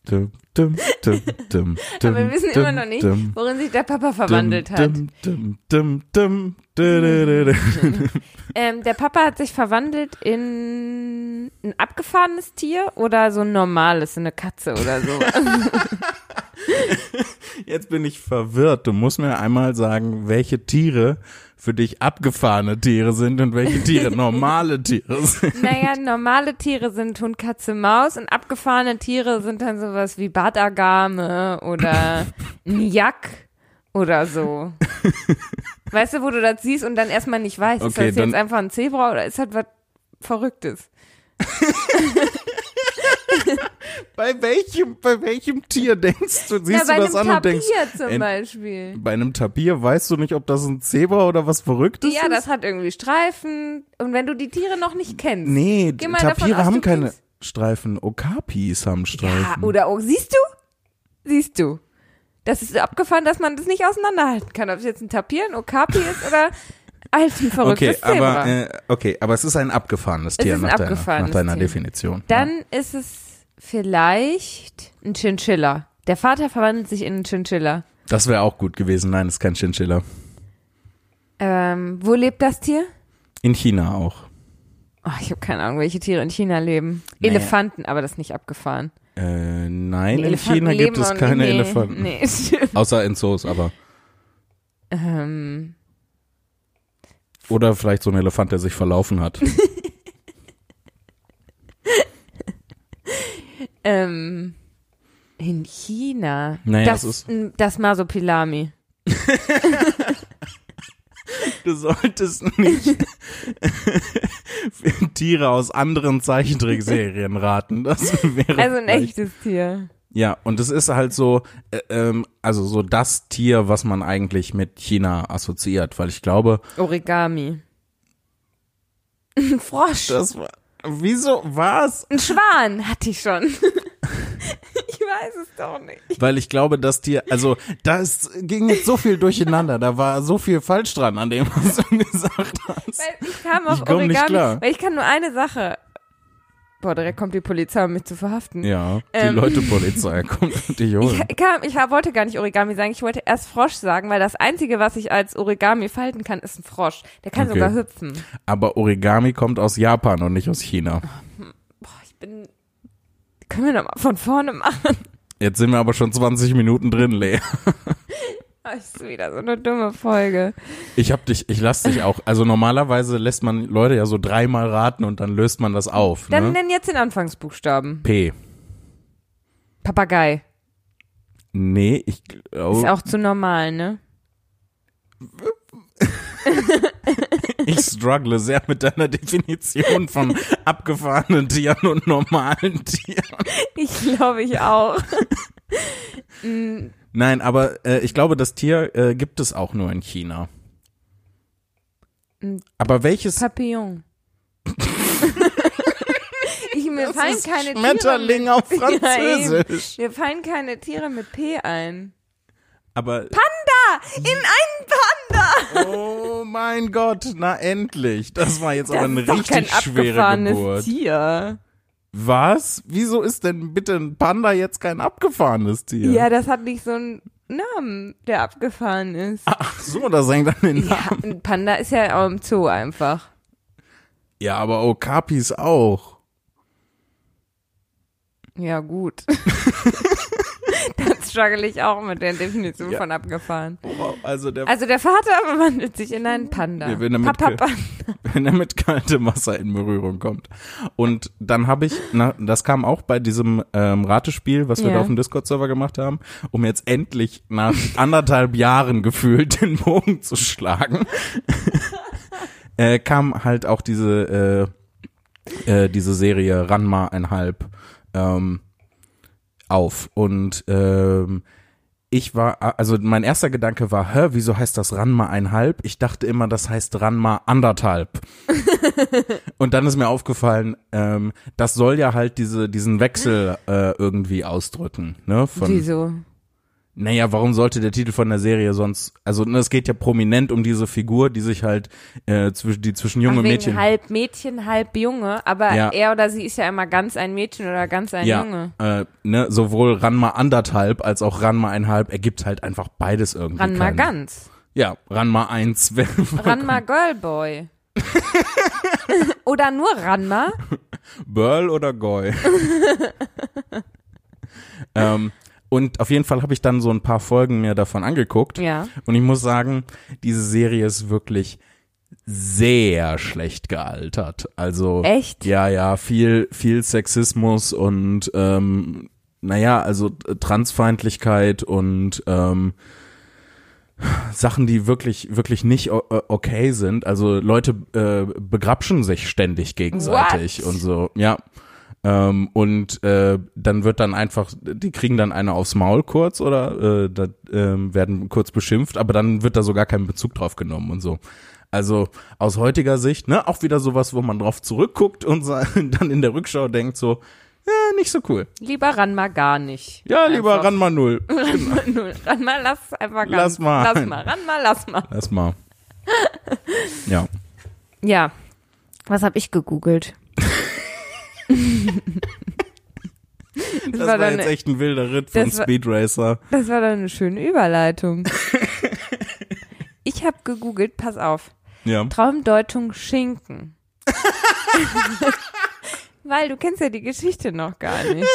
Speaker 1: Dum, dum, dum, dum,
Speaker 2: Aber wir wissen immer noch nicht,
Speaker 1: dum,
Speaker 2: worin sich der Papa verwandelt
Speaker 1: dum,
Speaker 2: hat.
Speaker 1: Dum, dum, dum, dum, dum, dum, dum.
Speaker 2: Ähm, der Papa hat sich verwandelt in ein abgefahrenes Tier oder so ein normales, eine Katze oder so.
Speaker 1: Jetzt bin ich verwirrt. Du musst mir einmal sagen, welche Tiere für dich abgefahrene Tiere sind und welche Tiere normale Tiere sind.
Speaker 2: naja, normale Tiere sind Hund, Katze, Maus und abgefahrene Tiere sind dann sowas wie Bartagame oder ein Jack oder so. Weißt du, wo du das siehst und dann erstmal nicht weißt,
Speaker 1: Okay,
Speaker 2: ist das
Speaker 1: dann-
Speaker 2: jetzt einfach ein Zebra oder ist das was Verrücktes?
Speaker 1: Bei welchem, bei welchem Tier denkst du, siehst
Speaker 2: Na,
Speaker 1: du
Speaker 2: bei
Speaker 1: das an
Speaker 2: einem
Speaker 1: und
Speaker 2: Tapir
Speaker 1: denkst,
Speaker 2: zum
Speaker 1: ent-
Speaker 2: Beispiel.
Speaker 1: bei einem Tapir weißt du nicht, ob das ein Zebra oder was Verrücktes
Speaker 2: ja,
Speaker 1: ist?
Speaker 2: das hat irgendwie Streifen. Und wenn du die Tiere noch nicht kennst.
Speaker 1: nee,
Speaker 2: Geh mal davon
Speaker 1: Tapire
Speaker 2: aus,
Speaker 1: haben
Speaker 2: du
Speaker 1: keine
Speaker 2: kriegst-
Speaker 1: Streifen. Okapis haben
Speaker 2: Ja,
Speaker 1: Streifen.
Speaker 2: oder oh, siehst du? Siehst du. Das ist abgefahren, dass man das nicht auseinanderhalten kann, ob es jetzt ein Tapir, ein Okapi ist oder halt ein
Speaker 1: okay,
Speaker 2: verrücktes Zebra.
Speaker 1: aber, äh, okay, aber es ist ein abgefahrenes Tier
Speaker 2: ist ein
Speaker 1: nach deiner, nach
Speaker 2: abgefahrenes
Speaker 1: deiner
Speaker 2: Tier.
Speaker 1: Definition. ja.
Speaker 2: Dann ist es vielleicht ein Chinchilla. Der Vater verwandelt sich in einen Chinchilla.
Speaker 1: Das wäre auch gut gewesen. Nein, ist kein Chinchilla.
Speaker 2: Ähm, wo lebt das Tier?
Speaker 1: In China auch.
Speaker 2: Oh, ich habe keine Ahnung, welche Tiere in China leben.
Speaker 1: Naja.
Speaker 2: Elefanten, aber das ist nicht abgefahren.
Speaker 1: Äh, nein, in
Speaker 2: Elefanten
Speaker 1: China gibt
Speaker 2: leben
Speaker 1: es
Speaker 2: und-
Speaker 1: keine
Speaker 2: nee,
Speaker 1: Elefanten.
Speaker 2: Nee, stimmt.
Speaker 1: Außer in Zoos, aber.
Speaker 2: Ähm,
Speaker 1: Oder vielleicht so ein Elefant, der sich verlaufen hat.
Speaker 2: ähm, in China.
Speaker 1: Naja,
Speaker 2: das,
Speaker 1: es ist-
Speaker 2: m, das Masopilami.
Speaker 1: Du solltest nicht. Tiere aus anderen Zeichentrickserien raten. Das wäre
Speaker 2: Also ein
Speaker 1: vielleicht-
Speaker 2: echtes Tier.
Speaker 1: Ja, und es ist halt so, äh, ähm, also so das Tier, was man eigentlich mit China assoziiert, weil ich glaube,
Speaker 2: Origami. Ein Frosch.
Speaker 1: das war, wieso was?
Speaker 2: Ein Schwan hatte ich schon. ich weiß es doch nicht.
Speaker 1: Weil ich glaube, das Tier, also das ging jetzt so viel durcheinander, da war so viel falsch dran an dem, was du gesagt hast.
Speaker 2: Weil ich kam auf
Speaker 1: Ich komm
Speaker 2: Origami,
Speaker 1: nicht klar.
Speaker 2: weil ich kann nur eine Sache. Boah, direkt kommt die Polizei, um mich zu verhaften.
Speaker 1: Ja, die
Speaker 2: Ähm.
Speaker 1: Leutepolizei kommt und dich holen.
Speaker 2: Ich, kam, ich wollte gar nicht Origami sagen, ich wollte erst Frosch sagen, weil das Einzige, was ich als Origami falten kann, ist ein Frosch. Der kann
Speaker 1: Okay.
Speaker 2: sogar hüpfen.
Speaker 1: Aber Origami kommt aus Japan und nicht aus China.
Speaker 2: Boah, ich bin... Können wir nochmal von vorne machen?
Speaker 1: Jetzt sind wir aber schon 20 Minuten drin, Lea.
Speaker 2: Das ist wieder so eine dumme Folge.
Speaker 1: Ich hab dich, ich lass dich auch. Also normalerweise lässt man Leute ja so dreimal raten und dann löst man das auf.
Speaker 2: Dann
Speaker 1: ne?
Speaker 2: nenn jetzt den Anfangsbuchstaben.
Speaker 1: P.
Speaker 2: Papagei.
Speaker 1: Nee, ich
Speaker 2: Ist
Speaker 1: glaube,
Speaker 2: auch zu normal, ne?
Speaker 1: ich struggle sehr mit deiner Definition von abgefahrenen Tieren und normalen Tieren.
Speaker 2: Ich glaube, ich auch.
Speaker 1: Nein, aber äh, ich glaube, das Tier äh, gibt es auch nur in China.
Speaker 2: Ein
Speaker 1: Aber welches
Speaker 2: Papillon. ich, mir
Speaker 1: das
Speaker 2: fallen
Speaker 1: ist
Speaker 2: keine
Speaker 1: Schmetterling auf
Speaker 2: Tiere mit, Ja, eben.
Speaker 1: Französisch?
Speaker 2: mir fallen keine Tiere mit P ein.
Speaker 1: aber
Speaker 2: Panda! In einen Panda!
Speaker 1: oh mein Gott, na endlich. Das war jetzt aber
Speaker 2: Das
Speaker 1: eine
Speaker 2: ist doch kein
Speaker 1: richtig schwere
Speaker 2: abgefahrenes
Speaker 1: Geburt.
Speaker 2: Tier.
Speaker 1: Was? Wieso ist denn bitte ein Panda jetzt kein abgefahrenes Tier?
Speaker 2: Ja, das hat nicht so einen Namen, der abgefahren ist.
Speaker 1: Ach so, das hängt an den Namen.
Speaker 2: Ja, ein Panda ist ja auch im Zoo einfach.
Speaker 1: Ja, aber Okapis auch.
Speaker 2: Ja, gut. das struggle ich auch mit der Definition
Speaker 1: Ja.
Speaker 2: von abgefahren.
Speaker 1: Wow, also der,
Speaker 2: Also der Vater verwandelt sich in einen Panda.
Speaker 1: Wir werden damit
Speaker 2: Papa, Papa.
Speaker 1: wenn er mit kaltem Wasser in Berührung kommt. Und dann habe ich, na, das kam auch bei diesem ähm, Ratespiel, was wir
Speaker 2: Ja.
Speaker 1: da auf dem Discord-Server gemacht haben, um jetzt endlich nach anderthalb Jahren gefühlt den Bogen zu schlagen, äh, kam halt auch diese, äh, äh, diese Serie Ranma einhalb ähm, auf. Und ähm, ich war, also mein erster Gedanke war, hä, wieso heißt das Ranma einhalb? Ich dachte immer, das heißt Ranma anderthalb. Und dann ist mir aufgefallen, ähm, das soll ja halt diese, diesen Wechsel äh, irgendwie ausdrücken, ne? Von,
Speaker 2: Wieso?
Speaker 1: naja, warum sollte der Titel von der Serie sonst, also ne, es geht ja prominent um diese Figur, die sich halt, äh, zwischen, die zwischen junge
Speaker 2: Ach, wegen
Speaker 1: Mädchen.
Speaker 2: Halb Mädchen, halb Junge, aber
Speaker 1: Ja.
Speaker 2: er oder sie ist ja immer ganz ein Mädchen oder ganz ein
Speaker 1: ja,
Speaker 2: Junge.
Speaker 1: äh, ne, sowohl Ranma anderthalb als auch Ranma einhalb ergibt halt einfach beides irgendwie.
Speaker 2: Ranma
Speaker 1: keinen-
Speaker 2: ganz.
Speaker 1: Ja, Ranma eins.
Speaker 2: Ranma Girlboy. oder nur Ranma.
Speaker 1: Burl oder Goy? ähm, und auf jeden Fall habe ich dann so ein paar Folgen mir davon angeguckt.
Speaker 2: Ja.
Speaker 1: Und ich muss sagen, diese Serie ist wirklich sehr schlecht gealtert. Also
Speaker 2: Echt?
Speaker 1: ja, ja, viel, viel Sexismus und ähm, naja, also äh, Transfeindlichkeit und ähm, Sachen, die wirklich, wirklich nicht o- o- okay sind. Also Leute äh, begrapschen sich ständig gegenseitig
Speaker 2: What?
Speaker 1: und so, ja. Ähm, und äh, dann wird dann einfach, die kriegen dann eine aufs Maul kurz oder äh, da, ähm, werden kurz beschimpft, aber dann wird da sogar kein Bezug drauf genommen und so. Also aus heutiger Sicht, ne, auch wieder sowas, wo man drauf zurückguckt und sa- dann in der Rückschau denkt so, ja, nicht so cool.
Speaker 2: Lieber Ranma gar nicht.
Speaker 1: Ja, lieber
Speaker 2: Einfach.
Speaker 1: Ranma Null.
Speaker 2: Ranma. null. Ranma, lass einfach ganz.
Speaker 1: Lass mal.
Speaker 2: Lass mal, Ranma, lass mal.
Speaker 1: Lass mal. Ja.
Speaker 2: Ja. Was habe ich gegoogelt? das,
Speaker 1: Das
Speaker 2: war
Speaker 1: war,
Speaker 2: dann,
Speaker 1: jetzt echt ein wilder Ritt von
Speaker 2: das war-
Speaker 1: Speed Racer.
Speaker 2: das war dann eine schöne Überleitung. ich habe gegoogelt, pass auf.
Speaker 1: Ja.
Speaker 2: Traumdeutung Schinken. Weil du kennst ja die Geschichte noch gar nicht.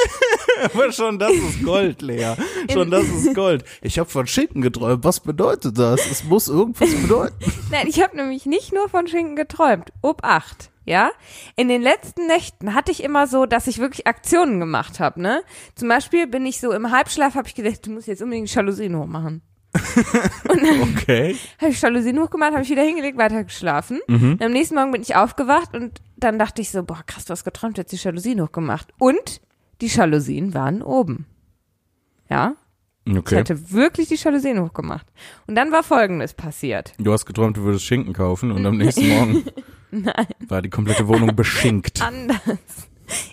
Speaker 1: Aber schon das ist Gold, Lea. Schon das ist Gold. Ich habe von Schinken geträumt. Was bedeutet das? Es muss irgendwas bedeuten.
Speaker 2: Nein, ich habe nämlich nicht nur von Schinken geträumt. Obacht, ja? In den letzten Nächten hatte ich immer so, dass ich wirklich Aktionen gemacht habe, ne? Zum Beispiel bin ich so im Halbschlaf, habe ich gedacht, du musst jetzt unbedingt die Jalousien hochmachen.
Speaker 1: Okay.
Speaker 2: Habe ich Jalousien hochgemacht, habe ich wieder hingelegt, weiter geschlafen. Und am nächsten Morgen bin ich aufgewacht und dann dachte ich so, boah, krass, du hast geträumt, du hast die Jalousien hochgemacht. Und die Jalousien waren oben. Ja, ich
Speaker 1: Okay.
Speaker 2: hatte wirklich die Jalousien hochgemacht. Und dann war Folgendes passiert.
Speaker 1: Du hast geträumt, du würdest Schinken kaufen und am nächsten Morgen war die komplette Wohnung beschinkt.
Speaker 2: Anders.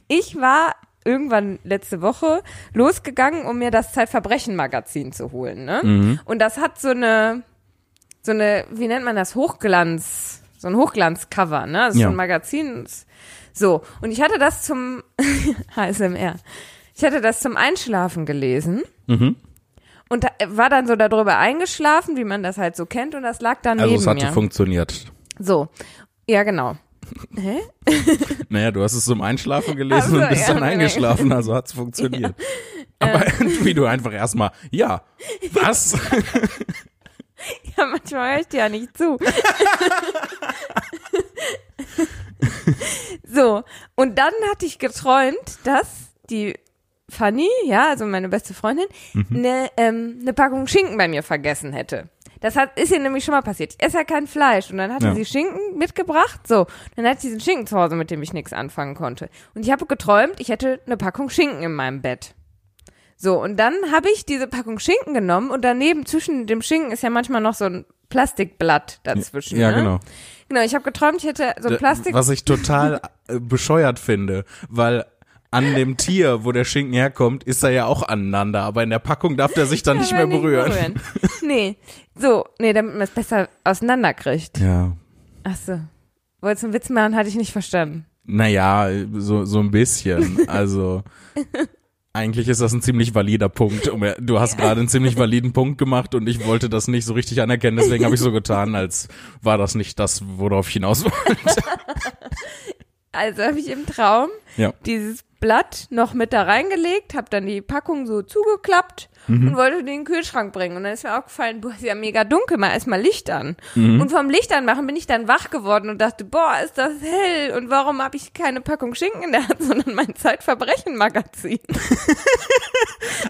Speaker 2: Ich war irgendwann letzte Woche losgegangen, um mir das Zeitverbrechen-Magazin zu holen. Ne?
Speaker 1: Mhm.
Speaker 2: Und das hat so eine, so eine, wie nennt man das, Hochglanz, so ein Hochglanz-Cover. Ne? Das ist
Speaker 1: Ja.
Speaker 2: so ein Magazin. das- So, und ich hatte das zum HSMR. Ich hatte das zum Einschlafen gelesen.
Speaker 1: Mhm.
Speaker 2: Und da, äh, war dann so darüber eingeschlafen, wie man das halt so kennt, und das lag dann
Speaker 1: Also
Speaker 2: neben
Speaker 1: es hatte
Speaker 2: mir.
Speaker 1: funktioniert.
Speaker 2: So. Ja, genau. Hä?
Speaker 1: Naja, du hast es zum Einschlafen gelesen
Speaker 2: Ach so,
Speaker 1: und bist
Speaker 2: ja,
Speaker 1: dann
Speaker 2: nee.
Speaker 1: eingeschlafen, also hat's funktioniert. Aber wie du einfach erstmal, ja, was?
Speaker 2: Ja, manchmal höre ich dir ja nicht zu. so, und dann hatte ich geträumt, dass die Fanny, ja, also meine beste Freundin,
Speaker 1: Mhm.
Speaker 2: eine ähm, ne Packung Schinken bei mir vergessen hätte. Das hat, ist ihr nämlich schon mal passiert. Ich esse ja kein Fleisch. Und dann hatte
Speaker 1: Ja.
Speaker 2: sie Schinken mitgebracht. So, dann hatte ich diesen Schinken zu Hause, mit dem ich nichts anfangen konnte. Und ich habe geträumt, ich hätte eine Packung Schinken in meinem Bett. So, und dann habe ich diese Packung Schinken genommen und daneben zwischen dem Schinken ist ja manchmal noch so ein Plastikblatt dazwischen.
Speaker 1: Ja,
Speaker 2: ne?
Speaker 1: genau.
Speaker 2: Genau, ich habe geträumt, ich hätte so ein
Speaker 1: D-
Speaker 2: Plastik.
Speaker 1: Äh, Was ich total äh, bescheuert finde, weil an dem Tier, wo der Schinken herkommt, ist er ja auch aneinander, aber in der Packung darf der sich dann nicht mehr
Speaker 2: aber
Speaker 1: berühren.
Speaker 2: Nee, so, nee, damit man es besser auseinanderkriegt.
Speaker 1: Ja.
Speaker 2: Ach so. Wolltest du einen Witz machen, hatte ich nicht verstanden.
Speaker 1: Naja, so, so ein bisschen. Also. Eigentlich ist das ein ziemlich valider Punkt. Um- Du hast gerade einen ziemlich validen Punkt gemacht und ich wollte das nicht so richtig anerkennen, deswegen habe ich so getan, als war das nicht das, worauf ich hinaus wollte.
Speaker 2: Also habe ich im Traum
Speaker 1: Ja.
Speaker 2: dieses Blatt noch mit da reingelegt, habe dann die Packung so zugeklappt
Speaker 1: Mhm.
Speaker 2: und wollte die in den Kühlschrank bringen. Und dann ist mir aufgefallen, boah, ist ja mega dunkel, mal erst mal Licht an.
Speaker 1: Mhm.
Speaker 2: Und vom Licht anmachen bin ich dann wach geworden und dachte, boah, ist das hell und warum habe ich keine Packung Schinken in der Hand, sondern mein Zeitverbrechen-Magazin.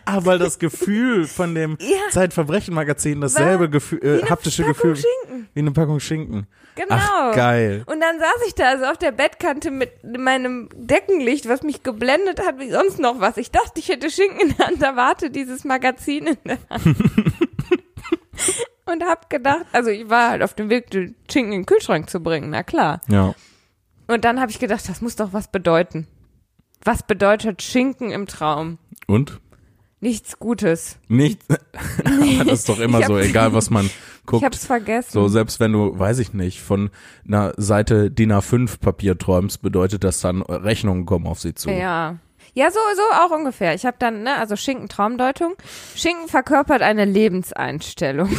Speaker 1: Ah, weil das Gefühl von dem
Speaker 2: Ja.
Speaker 1: Zeitverbrechen-Magazin dasselbe
Speaker 2: War
Speaker 1: Gefühl, äh, haptische
Speaker 2: Packung
Speaker 1: Gefühl
Speaker 2: Schinken.
Speaker 1: wie eine Packung Schinken.
Speaker 2: Genau.
Speaker 1: Ach, geil.
Speaker 2: Und dann saß ich da also auf der Bettkante mit meinem Deckenlicht, was mich geblendet hat wie sonst noch was. Ich dachte, ich hätte Schinken in der Hand, da warte dieses Magazin in der Hand. Und hab gedacht, also ich war halt auf dem Weg, den Schinken in den Kühlschrank zu bringen, na klar.
Speaker 1: Ja.
Speaker 2: Und dann habe ich gedacht, das muss doch was bedeuten. Was bedeutet Schinken im Traum?
Speaker 1: Und?
Speaker 2: Nichts Gutes.
Speaker 1: Nicht. Aber das ist doch immer
Speaker 2: Ich
Speaker 1: so,
Speaker 2: hab's-
Speaker 1: egal was man
Speaker 2: Ich
Speaker 1: guckt.
Speaker 2: hab's vergessen.
Speaker 1: So, selbst wenn du, weiß ich nicht, von einer Seite DIN A5 Papier träumst, bedeutet das dann, äh, Rechnungen kommen auf sie zu.
Speaker 2: Ja. Ja, so, so auch ungefähr. Ich habe dann, ne, also Schinken Traumdeutung. Schinken verkörpert eine Lebenseinstellung.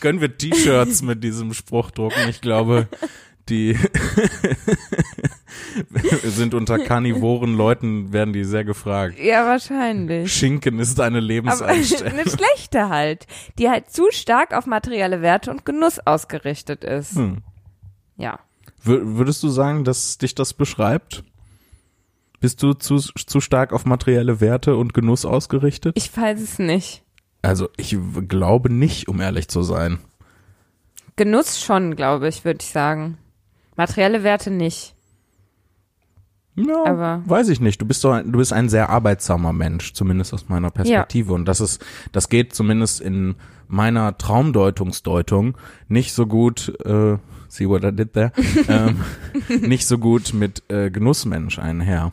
Speaker 1: Können wir T-Shirts mit diesem Spruch drucken? Ich glaube, die sind unter karnivoren Leuten, werden die sehr gefragt.
Speaker 2: ja, wahrscheinlich.
Speaker 1: Schinken ist eine
Speaker 2: Aber
Speaker 1: Lebenseinstellung.
Speaker 2: eine schlechte halt, die halt zu stark auf materielle Werte und Genuss ausgerichtet ist.
Speaker 1: Hm.
Speaker 2: Ja.
Speaker 1: Wür- Würdest du sagen, dass dich das beschreibt? Bist du zu, zu stark auf materielle Werte und Genuss ausgerichtet?
Speaker 2: Ich weiß es nicht.
Speaker 1: Also ich w- glaube nicht, um ehrlich zu sein.
Speaker 2: Genuss schon, glaube ich, würde ich sagen. Materielle Werte nicht.
Speaker 1: Ja,
Speaker 2: Aber-
Speaker 1: weiß ich nicht. Du bist doch ein, du bist ein sehr arbeitsamer Mensch, zumindest aus meiner Perspektive. Und das ist, das geht zumindest in meiner Traumdeutungsdeutung nicht so gut, äh, see what I did there, ähm, nicht so gut mit äh, Genussmensch einher.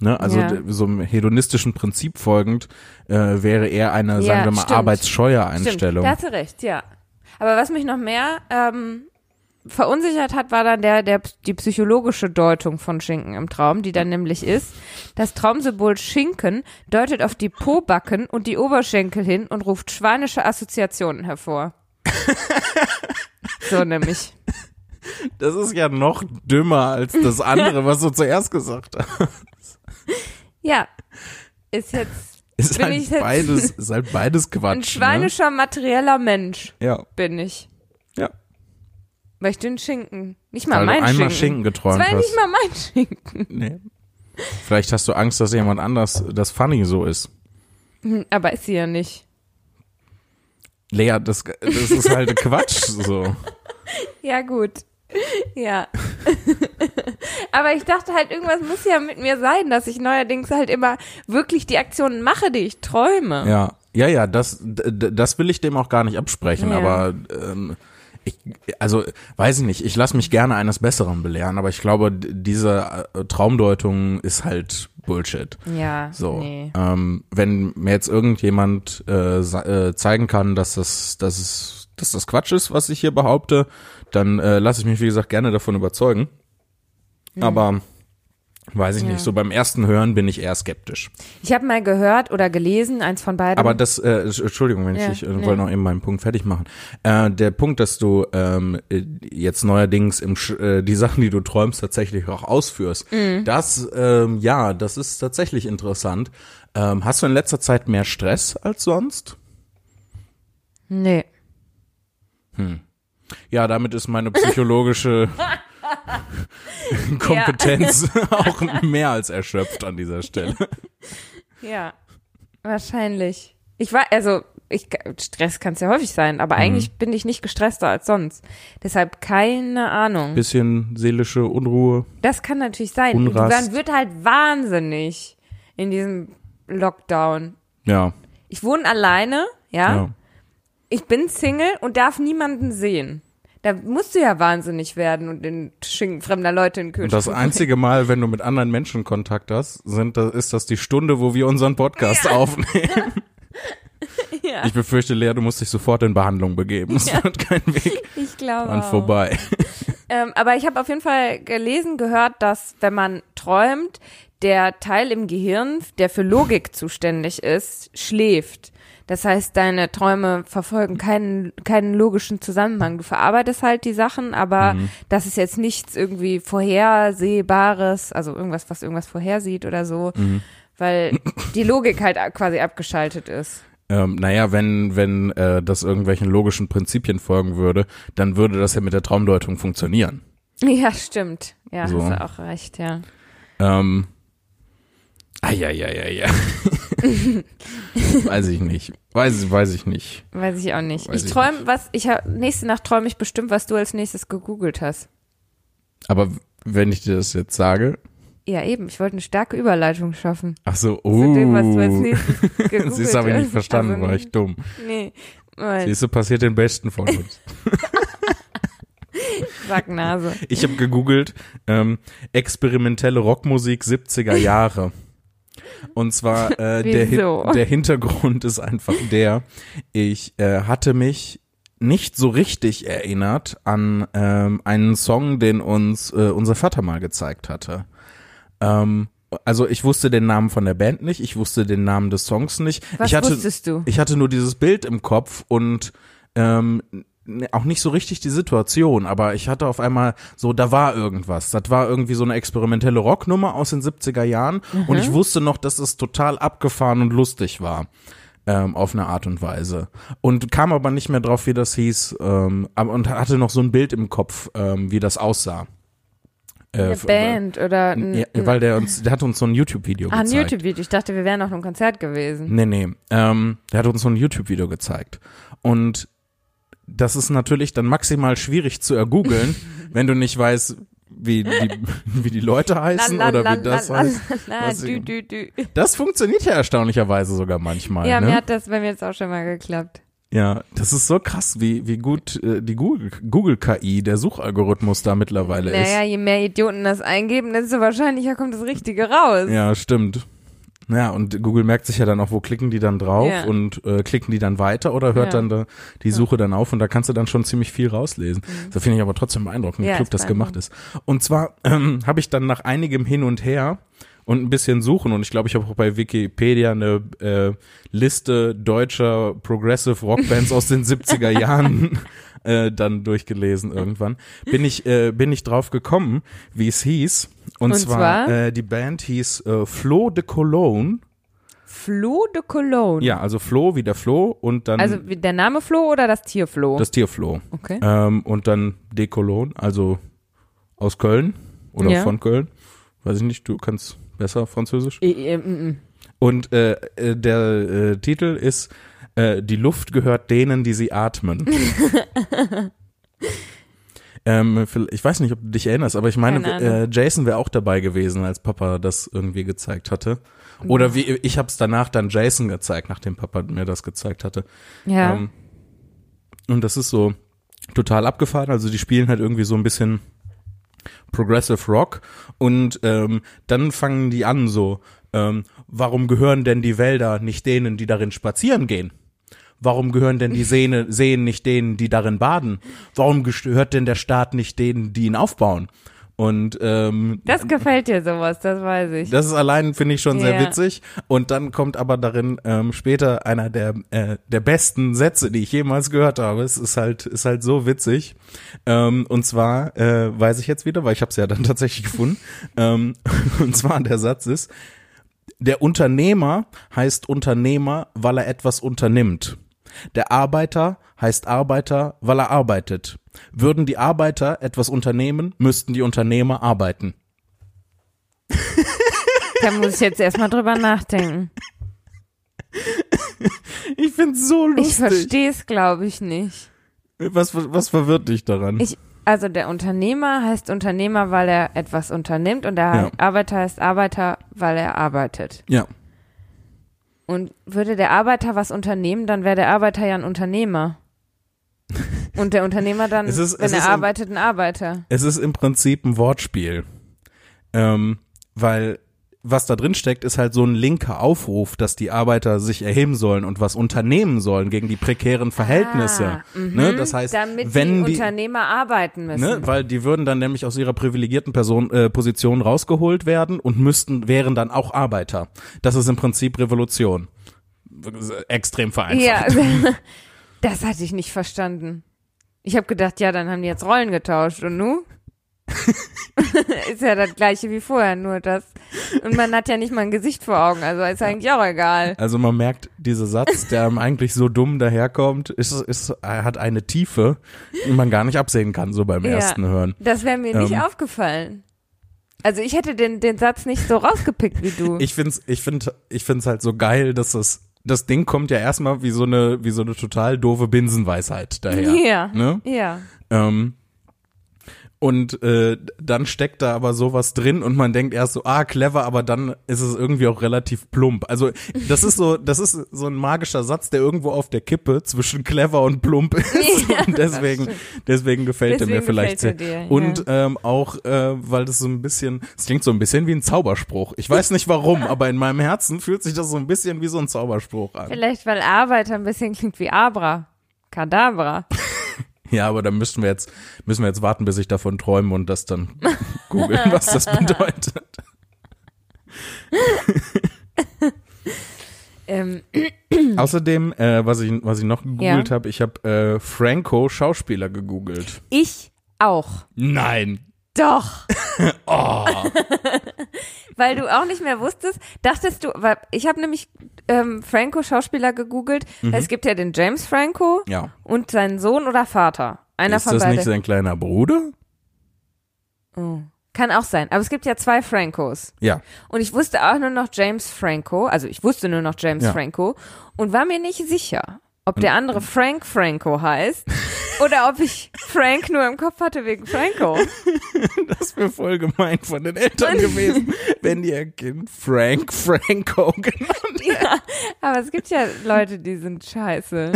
Speaker 1: Ne? Also
Speaker 2: Ja.
Speaker 1: d- so einem hedonistischen Prinzip folgend äh, wäre eher eine, sagen wir mal,
Speaker 2: stimmt.
Speaker 1: arbeitsscheue
Speaker 2: Stimmt,
Speaker 1: Einstellung.
Speaker 2: da hast du recht, ja. Aber was mich noch mehr ähm, verunsichert hat, war dann der, der, die psychologische Deutung von Schinken im Traum, die dann nämlich ist, das Traumsymbol Schinken deutet auf die Pobacken und die Oberschenkel hin und ruft schweinische Assoziationen hervor. so nämlich.
Speaker 1: Das ist ja noch dümmer als das andere, was du zuerst gesagt hast.
Speaker 2: Ja, ist jetzt
Speaker 1: Ist
Speaker 2: Bin
Speaker 1: halt
Speaker 2: ich jetzt-
Speaker 1: beides, ist halt beides Quatsch.
Speaker 2: ein schweinischer materieller Mensch,
Speaker 1: Ne? Ja,
Speaker 2: bin ich.
Speaker 1: ja.
Speaker 2: Weil ich den Schinken, nicht mal
Speaker 1: Weil du
Speaker 2: mein
Speaker 1: einmal
Speaker 2: Schinken.
Speaker 1: Schinken
Speaker 2: das
Speaker 1: geträumt
Speaker 2: war ja
Speaker 1: hast.
Speaker 2: nicht mal mein Schinken.
Speaker 1: Nee. Vielleicht hast du Angst, dass jemand anders das funny so ist.
Speaker 2: Aber ist sie ja nicht.
Speaker 1: Lea, das, das ist halt Quatsch so.
Speaker 2: Ja, gut. Ja. Aber ich dachte halt, irgendwas muss ja mit mir sein, dass ich neuerdings halt immer wirklich die Aktionen mache, die ich träume.
Speaker 1: Ja, ja, ja, das, d- d- das will ich dem auch gar nicht absprechen,
Speaker 2: Ja.
Speaker 1: aber ähm, ich, also weiß ich nicht, ich lasse mich gerne eines Besseren belehren, aber ich glaube, d- diese äh, Traumdeutung ist halt Bullshit.
Speaker 2: Ja,
Speaker 1: So,
Speaker 2: nee.
Speaker 1: ähm, wenn mir jetzt irgendjemand äh, sa- äh, zeigen kann, dass das, dass es, dass das Quatsch ist, was ich hier behaupte, dann äh, lasse ich mich wie gesagt gerne davon überzeugen. Aber weiß ich
Speaker 2: Ja.
Speaker 1: nicht. So beim ersten Hören bin ich eher skeptisch.
Speaker 2: Ich habe mal gehört oder gelesen, eins von beiden.
Speaker 1: Aber das, äh, Entsch- Entschuldigung, wenn
Speaker 2: Mhm. Ja,
Speaker 1: ich, ich äh,
Speaker 2: nee.
Speaker 1: wollte noch eben meinen Punkt fertig machen. Äh, der Punkt, dass du ähm, äh, jetzt neuerdings im Sch äh, die Sachen, die du träumst, tatsächlich auch ausführst. Das, ähm, ja, das ist tatsächlich interessant. Ähm, hast du in letzter Zeit mehr Stress als sonst?
Speaker 2: nee.
Speaker 1: Ja, damit ist meine psychologische Kompetenz auch mehr als erschöpft an dieser Stelle.
Speaker 2: Ja, wahrscheinlich. Ich war, also, ich, Stress kann es ja häufig sein,
Speaker 1: Mhm.
Speaker 2: aber eigentlich bin ich nicht gestresster als sonst. Deshalb keine Ahnung.
Speaker 1: Bisschen seelische Unruhe.
Speaker 2: Das kann natürlich sein.
Speaker 1: Unrast.
Speaker 2: Man wird halt wahnsinnig in diesem Lockdown.
Speaker 1: Ja,
Speaker 2: Ich wohne alleine, ja.
Speaker 1: ja.
Speaker 2: Ich bin Single und darf niemanden sehen. Da musst du ja wahnsinnig werden und den Schinken fremder Leute in den
Speaker 1: Und das
Speaker 2: Kühlschrank.
Speaker 1: einzige Mal, wenn du mit anderen Menschen Kontakt hast, sind, da- ist das die Stunde, wo wir unseren Podcast aufnehmen.
Speaker 2: Ja.
Speaker 1: Ich befürchte, Lea, du musst dich sofort in Behandlung begeben. Es wird kein Weg
Speaker 2: Ich glaube.
Speaker 1: an
Speaker 2: auch.
Speaker 1: vorbei.
Speaker 2: Ähm, aber ich habe auf jeden Fall gelesen, gehört, dass wenn man träumt, der Teil im Gehirn, der für Logik zuständig ist, schläft. Das heißt, deine Träume verfolgen keinen, keinen logischen Zusammenhang. Du verarbeitest halt die Sachen, aber das ist jetzt nichts irgendwie Vorhersehbares, also irgendwas, was irgendwas vorhersieht oder so, weil die Logik halt a- quasi abgeschaltet ist.
Speaker 1: Ähm, naja, wenn, wenn äh, das irgendwelchen logischen Prinzipien folgen würde, dann würde das ja mit der Traumdeutung funktionieren.
Speaker 2: Ja, stimmt. Ja,
Speaker 1: So.
Speaker 2: hast du auch recht, ja.
Speaker 1: Ähm, ah, ja, ja, ja, ja. weiß ich nicht. Weiß, weiß ich nicht.
Speaker 2: Weiß ich auch nicht.
Speaker 1: Weiß
Speaker 2: ich
Speaker 1: ich
Speaker 2: träume was, ich hab, nächste Nacht träume ich bestimmt, was du als nächstes gegoogelt hast.
Speaker 1: Aber w- wenn ich dir das jetzt sage,
Speaker 2: Ja, eben. Ich wollte eine starke Überleitung schaffen.
Speaker 1: ach so,
Speaker 2: Zu
Speaker 1: oh.
Speaker 2: dem, was du als nächstes gegoogelt hast.
Speaker 1: Siehst du, habe ich nicht verstanden,
Speaker 2: Also,
Speaker 1: war ich dumm.
Speaker 2: Nee. Moment,
Speaker 1: Siehst du, passiert den Besten von uns.
Speaker 2: sag Nase.
Speaker 1: Ich habe gegoogelt, ähm, experimentelle Rockmusik 70er Jahre. Und zwar äh, der,
Speaker 2: Wieso?
Speaker 1: Hin- der Hintergrund ist einfach der, ich äh, hatte mich nicht so richtig erinnert an ähm, einen Song, den uns äh, unser Vater mal gezeigt hatte. Ähm, also ich wusste den Namen von der Band nicht, ich wusste den Namen des Songs nicht.
Speaker 2: Was
Speaker 1: ich hatte,
Speaker 2: wusstest du?
Speaker 1: ich hatte nur dieses Bild im Kopf und ähm, n- auch nicht so richtig die Situation, aber ich hatte auf einmal so, da war irgendwas. Das war irgendwie so eine experimentelle Rocknummer aus den 70er Jahren
Speaker 2: Mhm.
Speaker 1: und ich wusste noch, dass es total abgefahren und lustig war. Ähm, auf eine Art und Weise. Und kam aber nicht mehr drauf, wie das hieß, ähm, aber- und hatte noch so ein Bild im Kopf, ähm, wie das aussah. Äh,
Speaker 2: Eine
Speaker 1: f-
Speaker 2: Band oder ein,
Speaker 1: Ja,
Speaker 2: ein,
Speaker 1: weil der uns, der hat uns so ein YouTube-Video
Speaker 2: Mm, ah, ein
Speaker 1: gezeigt.
Speaker 2: YouTube-Video. Ich dachte, wir wären auf einem Konzert gewesen.
Speaker 1: Nee, nee. Ähm, der hat uns so ein YouTube-Video gezeigt. Und das ist natürlich dann maximal schwierig zu ergoogeln, wenn du nicht weißt, wie die, wie die Leute heißen oder wie das heißt.
Speaker 2: la,
Speaker 1: Was
Speaker 2: dü,
Speaker 1: ich-
Speaker 2: dü, dü.
Speaker 1: Das funktioniert ja erstaunlicherweise sogar manchmal.
Speaker 2: Ja,
Speaker 1: ne?
Speaker 2: mir hat das bei mir jetzt auch schon mal geklappt.
Speaker 1: Ja, das ist so krass, wie, wie gut äh, die Google- Google-KI, der Suchalgorithmus da mittlerweile
Speaker 2: Naja,
Speaker 1: ist.
Speaker 2: je mehr Idioten das eingeben, desto wahrscheinlicher kommt das Richtige raus.
Speaker 1: Ja, stimmt. Ja, und Google merkt sich ja dann auch, wo klicken die dann drauf
Speaker 2: Ja.
Speaker 1: und äh, klicken die dann weiter oder hört
Speaker 2: Ja. Mhm.
Speaker 1: dann da die Suche dann auf und da kannst du dann schon ziemlich viel rauslesen. Da finde ich aber trotzdem beeindruckend, wie
Speaker 2: Ja,
Speaker 1: klug
Speaker 2: ist
Speaker 1: das gemacht ist. Und zwar ähm, habe ich dann nach einigem Hin und Her und ein bisschen suchen und ich glaube, ich habe auch bei Wikipedia eine äh, Liste deutscher Progressive Rockbands aus den 70er Jahren äh, dann durchgelesen irgendwann. Bin ich äh, bin ich drauf gekommen, wie es hieß und,
Speaker 2: Und zwar?
Speaker 1: Äh, die Band hieß äh, Flo de Cologne.
Speaker 2: Flo de Cologne.
Speaker 1: Ja, also Flo wie der Flo und dann
Speaker 2: Also wie der Name Flo oder das Tier Flo?
Speaker 1: das Tier Flo.
Speaker 2: okay.
Speaker 1: Ähm, und dann de Cologne, also aus Köln oder
Speaker 2: Ja.
Speaker 1: von Köln. Weiß ich nicht, du kannst besser Französisch.
Speaker 2: Äh, äh, mm, mm.
Speaker 1: Und äh, äh, der äh, Titel ist äh, Die Luft gehört denen, die sie atmen. Ähm, viel- ich weiß nicht, ob du dich erinnerst, aber ich meine,
Speaker 2: Keine Ahnung.
Speaker 1: äh, Jason wäre auch dabei gewesen, als Papa das irgendwie gezeigt hatte. Oder wie ich hab's danach dann Jason gezeigt, nachdem Papa mir das gezeigt hatte.
Speaker 2: Ja.
Speaker 1: Ähm, und das ist so total abgefahren. Also die spielen halt irgendwie so ein bisschen Progressive Rock und ähm, dann fangen die an so, ähm, warum gehören denn die Wälder nicht denen, die darin spazieren gehen? Warum gehören denn die Seen, Seen nicht denen, die darin baden? Warum gehört denn der Staat nicht denen, die ihn aufbauen? Und ähm,
Speaker 2: das gefällt dir sowas, das weiß ich.
Speaker 1: das ist allein, finde ich, schon sehr
Speaker 2: Ja.
Speaker 1: witzig. Und dann kommt aber darin ähm, später einer der, äh, der besten Sätze, die ich jemals gehört habe. Es ist halt, ist halt so witzig. Ähm, und zwar, äh, weiß ich jetzt wieder, weil ich habe es ja dann tatsächlich gefunden. ähm, und zwar der Satz ist, der Unternehmer heißt Unternehmer, weil er etwas unternimmt. Der Arbeiter heißt Arbeiter, weil er arbeitet. Würden die Arbeiter etwas unternehmen, müssten die Unternehmer arbeiten.
Speaker 2: Da muss ich jetzt erstmal drüber nachdenken.
Speaker 1: Ich find's so lustig.
Speaker 2: Ich verstehe es, glaube ich, nicht.
Speaker 1: Was, was verwirrt dich daran?
Speaker 2: Ich, also der Unternehmer heißt Unternehmer, weil er etwas unternimmt und der
Speaker 1: Ja.
Speaker 2: Arbeiter heißt Arbeiter, weil er arbeitet.
Speaker 1: ja.
Speaker 2: Und würde der Arbeiter was unternehmen, dann wäre der Arbeiter ja ein Unternehmer. Und der Unternehmer dann,
Speaker 1: Es ist-
Speaker 2: wenn
Speaker 1: es
Speaker 2: er
Speaker 1: ist ein-
Speaker 2: arbeitet, ein Arbeiter.
Speaker 1: Es ist im Prinzip ein Wortspiel. Ähm, weil was da drin steckt, ist halt so ein linker Aufruf, dass die Arbeiter sich erheben sollen und was unternehmen sollen gegen die prekären Verhältnisse.
Speaker 2: Ah, mhm.
Speaker 1: ne? Das heißt,
Speaker 2: Damit
Speaker 1: wenn
Speaker 2: die
Speaker 1: die,
Speaker 2: Unternehmer arbeiten müssen.
Speaker 1: ne? weil die würden dann nämlich aus ihrer privilegierten Person, äh, Position rausgeholt werden und müssten, wären dann auch Arbeiter. Das ist im Prinzip Revolution. Extrem vereinfacht.
Speaker 2: Ja, das hatte ich nicht verstanden. Ich habe gedacht, ja, dann haben die jetzt Rollen getauscht und nu? ist ja das gleiche wie vorher, nur das. Und man hat ja nicht mal ein Gesicht vor Augen, also ist eigentlich auch egal.
Speaker 1: Also man merkt, dieser Satz, der einem eigentlich so dumm daherkommt, ist, ist, er hat eine Tiefe, die man gar nicht absehen kann, so beim
Speaker 2: Ja.
Speaker 1: ersten Hören.
Speaker 2: Das wäre mir nicht
Speaker 1: Ähm.
Speaker 2: aufgefallen. Also ich hätte den, den Satz nicht so rausgepickt wie du.
Speaker 1: Ich find's, ich find, ich find's halt so geil, dass das, das Ding kommt ja erstmal wie so eine, wie so eine total doofe Binsenweisheit daher.
Speaker 2: ja.
Speaker 1: Ne?
Speaker 2: Ja.
Speaker 1: Ähm, und äh, dann steckt da aber sowas drin und man denkt erst so, ah, clever, aber dann ist es irgendwie auch relativ plump. Also das ist so, das ist so ein magischer Satz, der irgendwo auf der Kippe zwischen clever und plump ist. und deswegen, deswegen gefällt er mir
Speaker 2: Deswegen
Speaker 1: vielleicht sehr.
Speaker 2: gefällt er dir, ja.
Speaker 1: Und ähm, auch, äh, weil das so ein bisschen, es klingt so ein bisschen wie ein Zauberspruch. Ich weiß nicht warum, aber in meinem Herzen fühlt sich das so ein bisschen wie so ein Zauberspruch an.
Speaker 2: Vielleicht, weil Arbeiter ein bisschen klingt wie Abra. Kadabra.
Speaker 1: Ja, aber da müssen wir jetzt, müssen wir jetzt warten, bis ich davon träume und das dann googeln, was das bedeutet.
Speaker 2: Ähm,
Speaker 1: Außerdem, äh, was, ich, was ich noch gegoogelt
Speaker 2: Ja.
Speaker 1: habe, ich habe äh, Franco Schauspieler gegoogelt.
Speaker 2: ich auch.
Speaker 1: Nein.
Speaker 2: Doch.
Speaker 1: Oh.
Speaker 2: Weil du auch nicht mehr wusstest, dachtest du, weil ich habe nämlich ähm, Franco-Schauspieler gegoogelt.
Speaker 1: Mhm.
Speaker 2: Es gibt ja den James Franco
Speaker 1: Ja.
Speaker 2: und seinen Sohn oder Vater. Einer
Speaker 1: Ist
Speaker 2: von
Speaker 1: das nicht
Speaker 2: beiden.
Speaker 1: sein kleiner Bruder?
Speaker 2: Kann auch sein. Aber es gibt ja zwei Francos.
Speaker 1: Ja.
Speaker 2: Und ich wusste auch nur noch James Franco, also ich wusste nur noch James
Speaker 1: Ja.
Speaker 2: Franco und war mir nicht sicher, ob der andere Frank Franco heißt oder ob ich Frank nur im Kopf hatte wegen Franco.
Speaker 1: Das wäre voll gemein von den Eltern gewesen, wenn die ihr Kind Frank Franco genannt hätten.
Speaker 2: Aber es gibt ja Leute, die sind scheiße.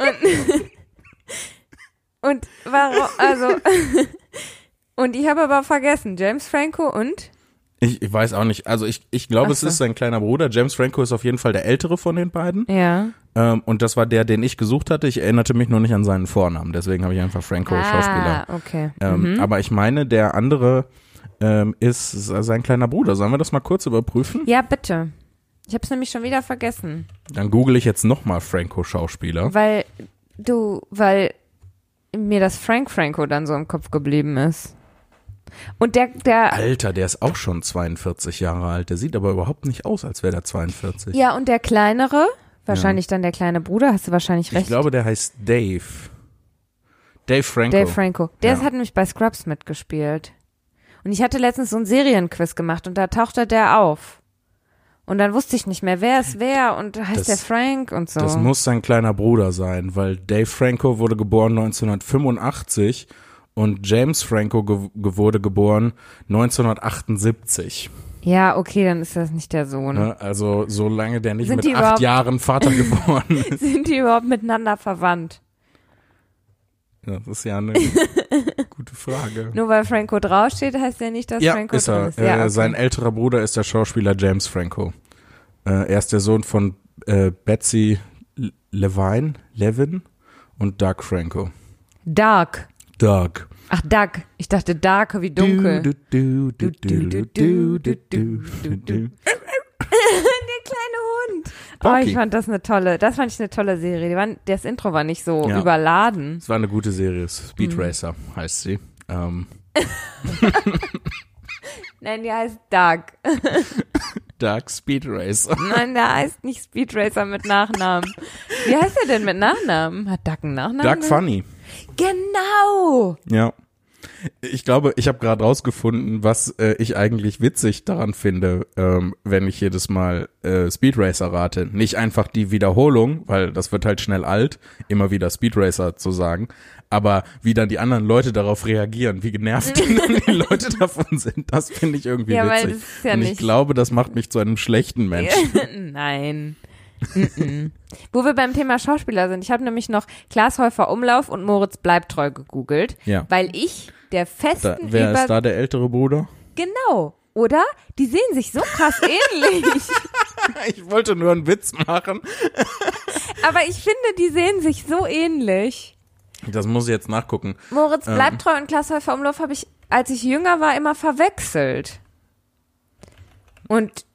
Speaker 2: Und, und warum, also, und ich habe aber vergessen, James Franco und?
Speaker 1: Ich, ich weiß auch nicht. Also ich, ich glaube,
Speaker 2: Ach
Speaker 1: es
Speaker 2: so.
Speaker 1: ist sein kleiner Bruder. James Franco ist auf jeden Fall der ältere von den beiden.
Speaker 2: Ja.
Speaker 1: Ähm, und das war der, den ich gesucht hatte. Ich erinnerte mich nur nicht an seinen Vornamen. Deswegen habe ich einfach Franco Schauspieler
Speaker 2: Ah, okay.
Speaker 1: Ähm, Aber ich meine, der andere ähm, ist sein kleiner Bruder. Sollen wir das mal kurz überprüfen?
Speaker 2: Ja, bitte. Ich habe es nämlich schon wieder vergessen,
Speaker 1: Dann google ich jetzt nochmal Franco-Schauspieler.
Speaker 2: weil du, weil mir das Frank Franco dann so im Kopf geblieben ist. Und der, der,
Speaker 1: Alter, der ist auch schon 42 Jahre alt. Der sieht aber überhaupt nicht aus, als wäre der 42.
Speaker 2: ja, und der kleinere, wahrscheinlich dann der kleine Bruder, hast du wahrscheinlich recht.
Speaker 1: ich glaube, der heißt Dave. Dave Franco.
Speaker 2: Dave Franco. Der
Speaker 1: Ja.
Speaker 2: hat nämlich bei Scrubs mitgespielt. Und ich hatte letztens so einen Serienquiz gemacht und da tauchte der auf. Und dann wusste ich nicht mehr, wer ist wer und heißt
Speaker 1: Das-
Speaker 2: der Frank und so.
Speaker 1: Das muss sein kleiner Bruder sein, weil Dave Franco wurde geboren 1985 und James Franco ge ge wurde geboren 1978.
Speaker 2: Ja, okay, dann ist das nicht der Sohn.
Speaker 1: Ne? Also solange der nicht
Speaker 2: Sind
Speaker 1: mit
Speaker 2: die
Speaker 1: acht
Speaker 2: überhaupt-
Speaker 1: Jahren Vater geworden ist.
Speaker 2: Sind die überhaupt miteinander verwandt?
Speaker 1: Das ist ja eine gute Frage.
Speaker 2: Nur weil Franco draufsteht, heißt ja nicht, dass
Speaker 1: Ja,
Speaker 2: Franco
Speaker 1: ist
Speaker 2: drin
Speaker 1: er.
Speaker 2: ist. Ja,
Speaker 1: äh,
Speaker 2: okay.
Speaker 1: Sein älterer Bruder ist der Schauspieler James Franco. Äh, er ist der Sohn von äh, Betsy Le- Levine, Levin und Doug Franco.
Speaker 2: Dark.
Speaker 1: Doug.
Speaker 2: Ach, Dark. Ich dachte Dark wie dunkel.
Speaker 1: Du, du, du, du, du, du, du, du, du, du.
Speaker 2: kleine Hund. Oh,
Speaker 1: Pocky.
Speaker 2: ich fand das eine tolle, das fand ich eine tolle Serie. Die waren, das Intro war nicht so
Speaker 1: Ja.
Speaker 2: überladen.
Speaker 1: Es war eine gute Serie. Speed Racer heißt sie. Ähm,
Speaker 2: Nein, die heißt Dark.
Speaker 1: Doug Speed Racer.
Speaker 2: Nein, der heißt nicht Speed Racer mit Nachnamen. Wie heißt er denn mit Nachnamen? Hat Duck einen Nachnamen?
Speaker 1: Doug Funny.
Speaker 2: Genau.
Speaker 1: Ja. Ich glaube, ich habe gerade rausgefunden, was äh, ich eigentlich witzig daran finde, ähm, wenn ich jedes Mal äh, Speed Racer rate. Nicht einfach die Wiederholung, weil das wird halt schnell alt, immer wieder Speed Racer zu sagen, aber wie dann die anderen Leute darauf reagieren, wie genervt die, dann die Leute davon sind, das finde ich irgendwie
Speaker 2: Ja,
Speaker 1: witzig.
Speaker 2: weil das ist ja
Speaker 1: Und ich
Speaker 2: nicht-
Speaker 1: glaube, das macht mich zu einem schlechten Menschen.
Speaker 2: Nein. Mm-mm. Wo wir beim Thema Schauspieler sind. Ich habe nämlich noch Klaas Häufer Umlauf und Moritz Bleibtreu gegoogelt,
Speaker 1: Ja.
Speaker 2: weil ich der festen
Speaker 1: Da, wer
Speaker 2: Über
Speaker 1: ist da der ältere Bruder?
Speaker 2: genau, oder? Die sehen sich so krass ähnlich.
Speaker 1: Ich wollte nur einen Witz machen.
Speaker 2: Aber ich finde, die sehen sich so ähnlich.
Speaker 1: Das muss ich jetzt nachgucken.
Speaker 2: Moritz
Speaker 1: Ähm.
Speaker 2: Bleibtreu und Klaas Häufer Umlauf habe ich, als ich jünger war, immer verwechselt. Und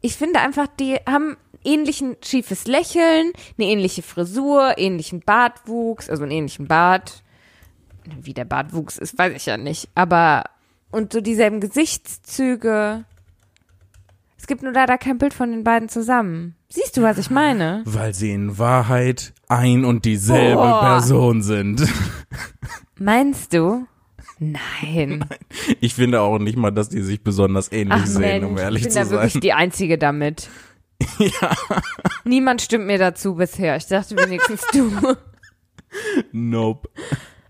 Speaker 2: ich finde einfach, die haben ähnlichen schiefes Lächeln, eine ähnliche Frisur, ähnlichen Bartwuchs, also einen ähnlichen Bart. Wie der Bartwuchs ist, weiß ich ja nicht. Aber und so dieselben Gesichtszüge. Es gibt nur leider kein Bild von den beiden zusammen. Siehst du, was ich meine?
Speaker 1: Weil sie in Wahrheit ein und dieselbe
Speaker 2: Boah.
Speaker 1: Person sind.
Speaker 2: Meinst du? Nein.
Speaker 1: Ich finde auch nicht mal, dass die sich besonders ähnlich sehen, um
Speaker 2: Mensch,
Speaker 1: ehrlich
Speaker 2: ich bin
Speaker 1: zu
Speaker 2: da
Speaker 1: sein.
Speaker 2: wirklich die Einzige damit.
Speaker 1: Ja.
Speaker 2: Niemand stimmt mir dazu bisher. Ich dachte wenigstens du.
Speaker 1: Nope.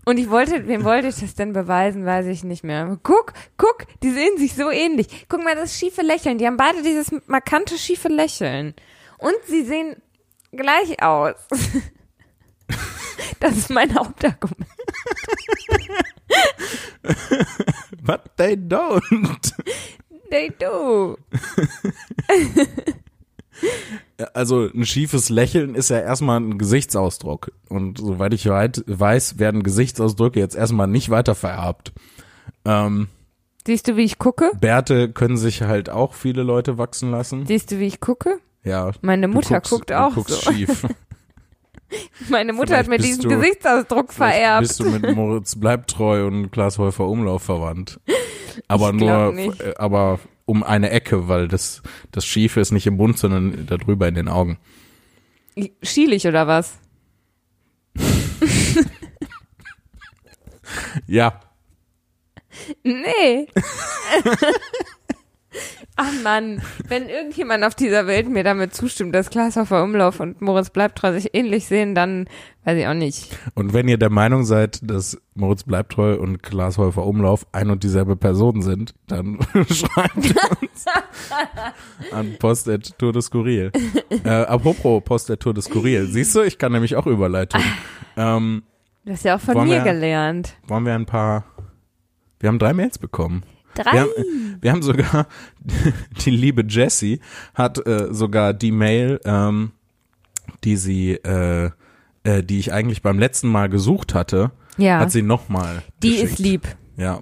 Speaker 2: Und ich wollte, wem wollte ich das denn beweisen, weiß ich nicht mehr. Guck, guck, die sehen sich so ähnlich. Guck mal, das schiefe Lächeln. Die haben beide dieses markante schiefe Lächeln. Und sie sehen gleich aus. Das ist mein Hauptargument.
Speaker 1: But they don't.
Speaker 2: They do.
Speaker 1: Also ein schiefes Lächeln ist ja erstmal ein Gesichtsausdruck. Und soweit ich weit weiß, werden Gesichtsausdrücke jetzt erstmal nicht weiter vererbt. Ähm,
Speaker 2: Siehst du, wie ich gucke?
Speaker 1: Bärte können sich halt auch viele Leute wachsen lassen.
Speaker 2: Siehst du, wie ich gucke?
Speaker 1: Ja.
Speaker 2: Meine
Speaker 1: Du
Speaker 2: Mutter
Speaker 1: guckst,
Speaker 2: guckt
Speaker 1: du
Speaker 2: auch
Speaker 1: guckst
Speaker 2: so.
Speaker 1: schief.
Speaker 2: Meine Mutter hat
Speaker 1: Vielleicht
Speaker 2: mir
Speaker 1: bist
Speaker 2: diesen
Speaker 1: du-
Speaker 2: Gesichtsausdruck vererbt.
Speaker 1: Bist du mit Moritz Bleibtreu und Klaas Häufer Umlauf verwandt? Aber
Speaker 2: Ich
Speaker 1: nur,
Speaker 2: glaub nicht.
Speaker 1: äh, aber um eine Ecke, weil das, das Schiefe ist nicht im Mund, sondern da drüber in den Augen.
Speaker 2: Schielig oder was?
Speaker 1: Ja,
Speaker 2: Nee. Ach Mann, wenn irgendjemand auf dieser Welt mir damit zustimmt, dass Glashofer Umlauf und Moritz Bleibtreu sich ähnlich sehen, dann weiß ich auch nicht.
Speaker 1: und wenn ihr der Meinung seid, dass Moritz Bleibtreu und Klaas Häufer Umlauf ein und dieselbe Person sind, dann schreibt uns an Post at Tour de Skurril. Äh, apropos Post at Tour de Skurril. Siehst du, ich kann nämlich auch Überleitung. Ähm,
Speaker 2: Du hast ja auch von
Speaker 1: Wollen
Speaker 2: mir
Speaker 1: wir-
Speaker 2: gelernt.
Speaker 1: wollen wir ein paar, wir haben drei Mails bekommen.
Speaker 2: Drei.
Speaker 1: Wir haben, wir haben sogar, die liebe Jessie hat äh, sogar die Mail, ähm, die sie, äh, äh, die ich eigentlich beim letzten Mal gesucht hatte,
Speaker 2: ja,
Speaker 1: hat sie nochmal.
Speaker 2: die
Speaker 1: geschickt.
Speaker 2: ist lieb.
Speaker 1: Ja.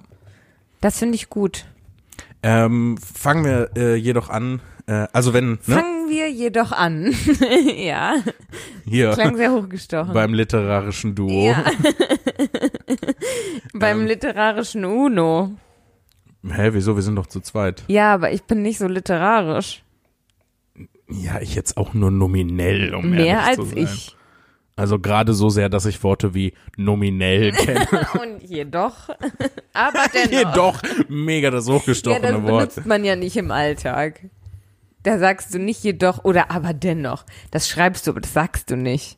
Speaker 2: Das finde ich gut.
Speaker 1: Ähm, fangen wir äh, jedoch an, äh, also wenn, ne,
Speaker 2: Fangen wir jedoch an. ja,
Speaker 1: hier
Speaker 2: klang sehr hochgestochen.
Speaker 1: beim literarischen Duo,
Speaker 2: ja. Beim
Speaker 1: Ähm.
Speaker 2: literarischen Uno.
Speaker 1: hä, wieso, wir sind doch zu zweit.
Speaker 2: Ja, aber ich bin nicht so literarisch.
Speaker 1: Ja, ich jetzt auch nur nominell, um
Speaker 2: Mehr
Speaker 1: ehrlich zu
Speaker 2: als
Speaker 1: sein.
Speaker 2: ich.
Speaker 1: Also gerade so sehr, dass ich Worte wie nominell kenne.
Speaker 2: Und jedoch. Aber dennoch.
Speaker 1: Jedoch, mega das
Speaker 2: Genau. Ja,
Speaker 1: hochgestochene
Speaker 2: das
Speaker 1: Wort.
Speaker 2: benutzt man ja nicht im Alltag. Da sagst du nicht jedoch oder aber dennoch. Das schreibst du, aber das sagst du nicht.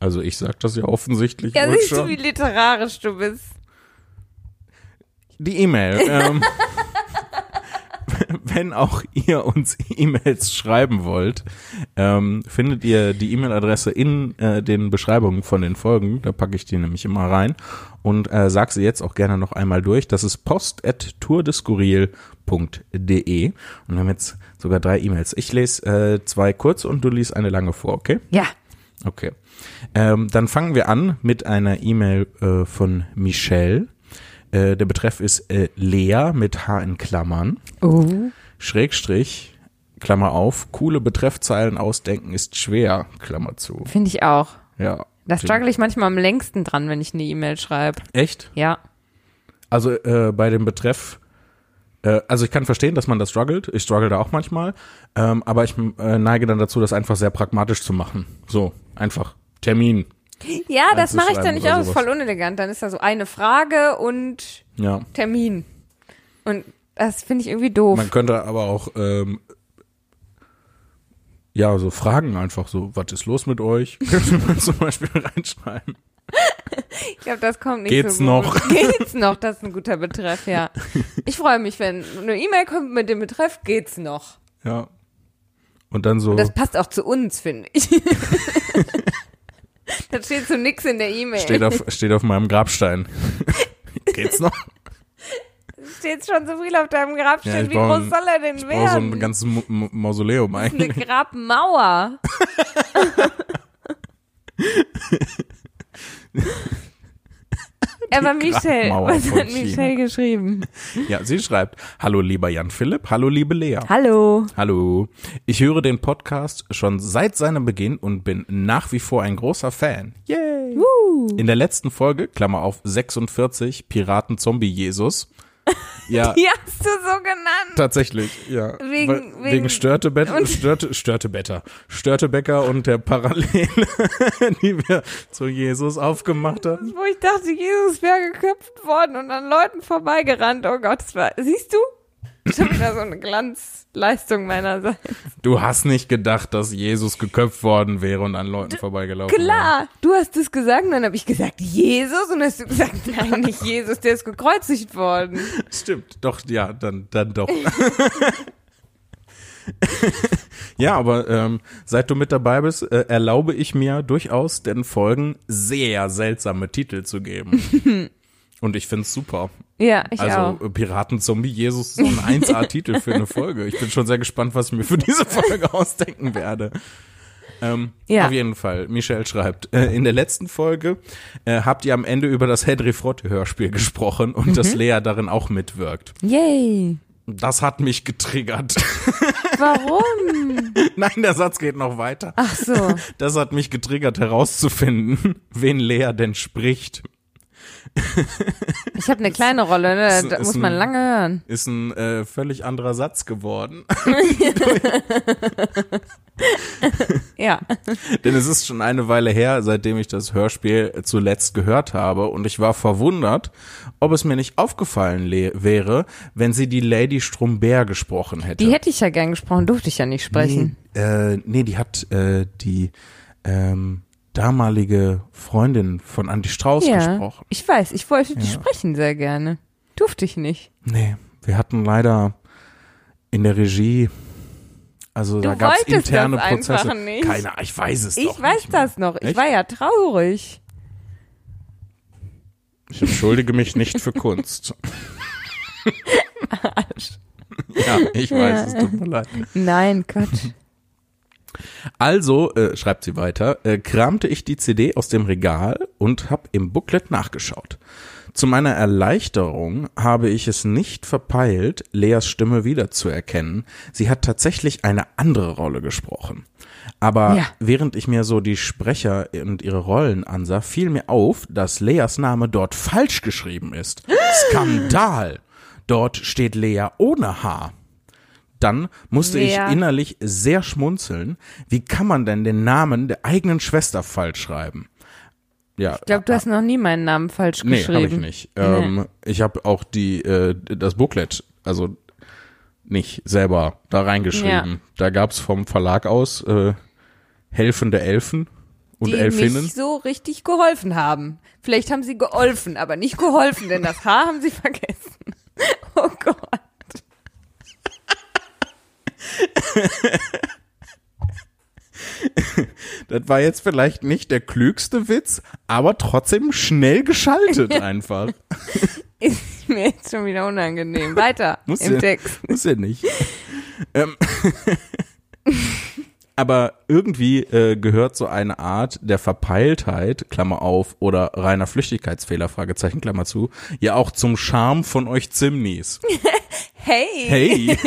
Speaker 1: Also ich sag das ja offensichtlich
Speaker 2: Ja,
Speaker 1: wohl
Speaker 2: siehst du, wie
Speaker 1: schon.
Speaker 2: literarisch du bist.
Speaker 1: die E-Mail. Ähm, wenn auch ihr uns E-Mails schreiben wollt, ähm, findet ihr die E-Mail-Adresse in äh, den Beschreibungen von den Folgen. Da packe ich die nämlich immer rein und äh, sag sie jetzt auch gerne noch einmal durch. Das ist post.tourdeskurril.de und wir haben jetzt sogar drei E-Mails. Ich lese äh, zwei kurz und du liest eine lange vor, okay?
Speaker 2: Ja.
Speaker 1: Okay. Ähm, dann fangen wir an mit einer E-Mail äh, von Michelle. Äh, der Betreff ist äh, Lea mit H in Klammern.
Speaker 2: Oh.
Speaker 1: Schrägstrich, Klammer auf, coole Betreffzeilen ausdenken ist schwer, Klammer zu.
Speaker 2: Finde ich auch.
Speaker 1: Ja.
Speaker 2: Da struggle ich manchmal am längsten dran, wenn ich eine E-Mail schreibe.
Speaker 1: Echt?
Speaker 2: Ja.
Speaker 1: Also äh, bei dem Betreff, äh, also ich kann verstehen, dass man das struggelt. Ich struggle da auch manchmal. Ähm, aber ich äh, neige dann dazu, das einfach sehr pragmatisch zu machen. So, einfach Termin.
Speaker 2: Ja, das mache ich
Speaker 1: Einzuschreiben
Speaker 2: dann nicht
Speaker 1: oder
Speaker 2: auch. Ist
Speaker 1: sowas.
Speaker 2: voll unelegant. Dann ist da so eine Frage und
Speaker 1: Ja.
Speaker 2: Termin. Und das finde ich irgendwie doof.
Speaker 1: Man könnte aber auch, ähm, ja, so Fragen einfach so, was ist los mit euch? Könnte man zum Beispiel reinschreiben.
Speaker 2: ich glaube, das kommt nicht
Speaker 1: Geht's
Speaker 2: so gut.
Speaker 1: noch?
Speaker 2: Geht's noch? Das ist ein guter Betreff, ja. Ich freue mich, wenn eine E-Mail kommt mit dem Betreff, geht's noch.
Speaker 1: Ja. Und dann so.
Speaker 2: Das passt auch zu uns, finde ich. da steht so nix in der E-Mail.
Speaker 1: Steht auf, steht auf meinem Grabstein. Geht's noch?
Speaker 2: Steht schon so viel auf deinem
Speaker 1: Ja,
Speaker 2: Grabstein.
Speaker 1: ich
Speaker 2: Wie
Speaker 1: brauch
Speaker 2: groß
Speaker 1: ein-
Speaker 2: soll er denn
Speaker 1: Ich brauche Oh, so
Speaker 2: werden?
Speaker 1: ein ganzes Mo- Mo- Mausoleum
Speaker 2: eine
Speaker 1: eigentlich.
Speaker 2: Grabmauer. Aber Michel,
Speaker 1: Grabmauer
Speaker 2: was
Speaker 1: von
Speaker 2: hat Michel geschrieben?
Speaker 1: Ja, sie schreibt, hallo lieber Jan Philipp, hallo liebe Lea.
Speaker 2: Hallo.
Speaker 1: Hallo. Ich höre den Podcast schon seit seinem Beginn und bin nach wie vor ein großer Fan. Yay. In der letzten Folge, Klammer auf 46, Piraten Zombie Jesus. Ja,
Speaker 2: Die hast du so genannt.
Speaker 1: tatsächlich, ja. Weil-
Speaker 2: Wegen- wegen-
Speaker 1: wegen Störtebetter,
Speaker 2: und-
Speaker 1: Störte, Störtebetter, Störtebecker und der Parallele, die wir zu Jesus aufgemacht haben.
Speaker 2: Wo ich dachte, Jesus wäre geköpft worden und an Leuten vorbeigerannt. Oh Gott, das war, siehst du? Schon wieder so eine Glanzleistung meinerseits.
Speaker 1: Du hast nicht gedacht, dass Jesus geköpft worden wäre und an Leuten vorbeigelaufen wäre.
Speaker 2: Klar, du hast es gesagt, und dann habe ich gesagt, Jesus, und hast du gesagt, nein, nicht Jesus, der ist gekreuzigt worden.
Speaker 1: Stimmt, doch, ja, dann, dann doch. ja, aber ähm, seit du mit dabei bist, äh, erlaube ich mir durchaus den Folgen sehr seltsame Titel zu geben. Und ich find's super.
Speaker 2: Ja, ich auch.
Speaker 1: Also äh, Piraten-Zombie Jesus ist so ein 1A-Titel für eine Folge. Ich bin schon sehr gespannt, was ich mir für diese Folge ausdenken werde. Ähm,
Speaker 2: Ja.
Speaker 1: Auf jeden Fall. Michelle schreibt, äh, in der letzten Folge äh, habt ihr am Ende über das Hedry Frotte-Hörspiel gesprochen und dass
Speaker 2: Mhm.
Speaker 1: Lea darin auch mitwirkt.
Speaker 2: Yay.
Speaker 1: Das hat mich getriggert.
Speaker 2: Warum?
Speaker 1: Nein, der Satz geht noch weiter.
Speaker 2: Ach so.
Speaker 1: Das hat mich getriggert herauszufinden, wen Lea denn spricht.
Speaker 2: Ich habe eine kleine Rolle, ne?
Speaker 1: Ist-
Speaker 2: Da
Speaker 1: ist
Speaker 2: muss man
Speaker 1: ein-
Speaker 2: lange hören.
Speaker 1: Ist ein äh, völlig anderer Satz geworden.
Speaker 2: Ja.
Speaker 1: Denn es ist schon eine Weile her, seitdem ich das Hörspiel zuletzt gehört habe und ich war verwundert, ob es mir nicht aufgefallen le- wäre, wenn sie die Lady Stromberg gesprochen hätte.
Speaker 2: Die hätte ich ja gern gesprochen, durfte ich ja nicht sprechen.
Speaker 1: Nee, äh, nee, die hat äh, die ähm, damalige Freundin von Andy Strauß
Speaker 2: ja.
Speaker 1: gesprochen.
Speaker 2: Ich weiß, ich wollte die sprechen sehr gerne. Durfte ich nicht.
Speaker 1: Nee, wir hatten leider in der Regie, also da
Speaker 2: Du
Speaker 1: gab es
Speaker 2: wolltest
Speaker 1: interne
Speaker 2: das einfach
Speaker 1: Prozesse.
Speaker 2: nicht.
Speaker 1: Keine, ich weiß es doch
Speaker 2: Ich weiß
Speaker 1: nicht mehr.
Speaker 2: das noch. Ich
Speaker 1: Echt?
Speaker 2: war ja traurig.
Speaker 1: Ich entschuldige mich nicht für Kunst. Ja, ich weiß, es tut mir leid.
Speaker 2: Nein, Quatsch.
Speaker 1: Also, äh, schreibt sie weiter, äh, kramte ich die CD aus dem Regal und hab im Booklet nachgeschaut. Zu meiner Erleichterung habe ich es nicht verpeilt, Leas Stimme wiederzuerkennen. Sie hat tatsächlich eine andere Rolle gesprochen. Aber
Speaker 2: Ja.
Speaker 1: während ich mir so die Sprecher und ihre Rollen ansah, fiel mir auf, dass Leas Name dort falsch geschrieben ist. Skandal! Dort steht Lea ohne H. Dann musste
Speaker 2: Lea.
Speaker 1: ich innerlich sehr schmunzeln. Wie kann man denn den Namen der eigenen Schwester falsch schreiben? Ja,
Speaker 2: Ich glaube, du hast noch nie meinen Namen falsch
Speaker 1: nee,
Speaker 2: geschrieben.
Speaker 1: habe ich nicht. Ähm, Ich habe auch die äh, das Booklet, also nicht selber da reingeschrieben.
Speaker 2: Ja.
Speaker 1: Da gab's vom Verlag aus äh, helfende Elfen Und
Speaker 2: die
Speaker 1: Elfinnen?
Speaker 2: nicht so richtig geholfen haben. Vielleicht haben sie geholfen, aber nicht geholfen, denn das Haar haben sie vergessen. Oh Gott.
Speaker 1: Das war jetzt vielleicht nicht der klügste Witz, aber trotzdem schnell geschaltet einfach.
Speaker 2: Ist mir jetzt schon wieder unangenehm. Weiter
Speaker 1: Muss
Speaker 2: im
Speaker 1: ja.
Speaker 2: Text.
Speaker 1: Muss ja nicht. ähm, aber irgendwie äh, gehört so eine Art der Verpeiltheit, Klammer auf, oder reiner Flüchtigkeitsfehler, Fragezeichen, Klammer zu, ja auch zum Charme von euch Zimnis.
Speaker 2: Hey.
Speaker 1: Hey,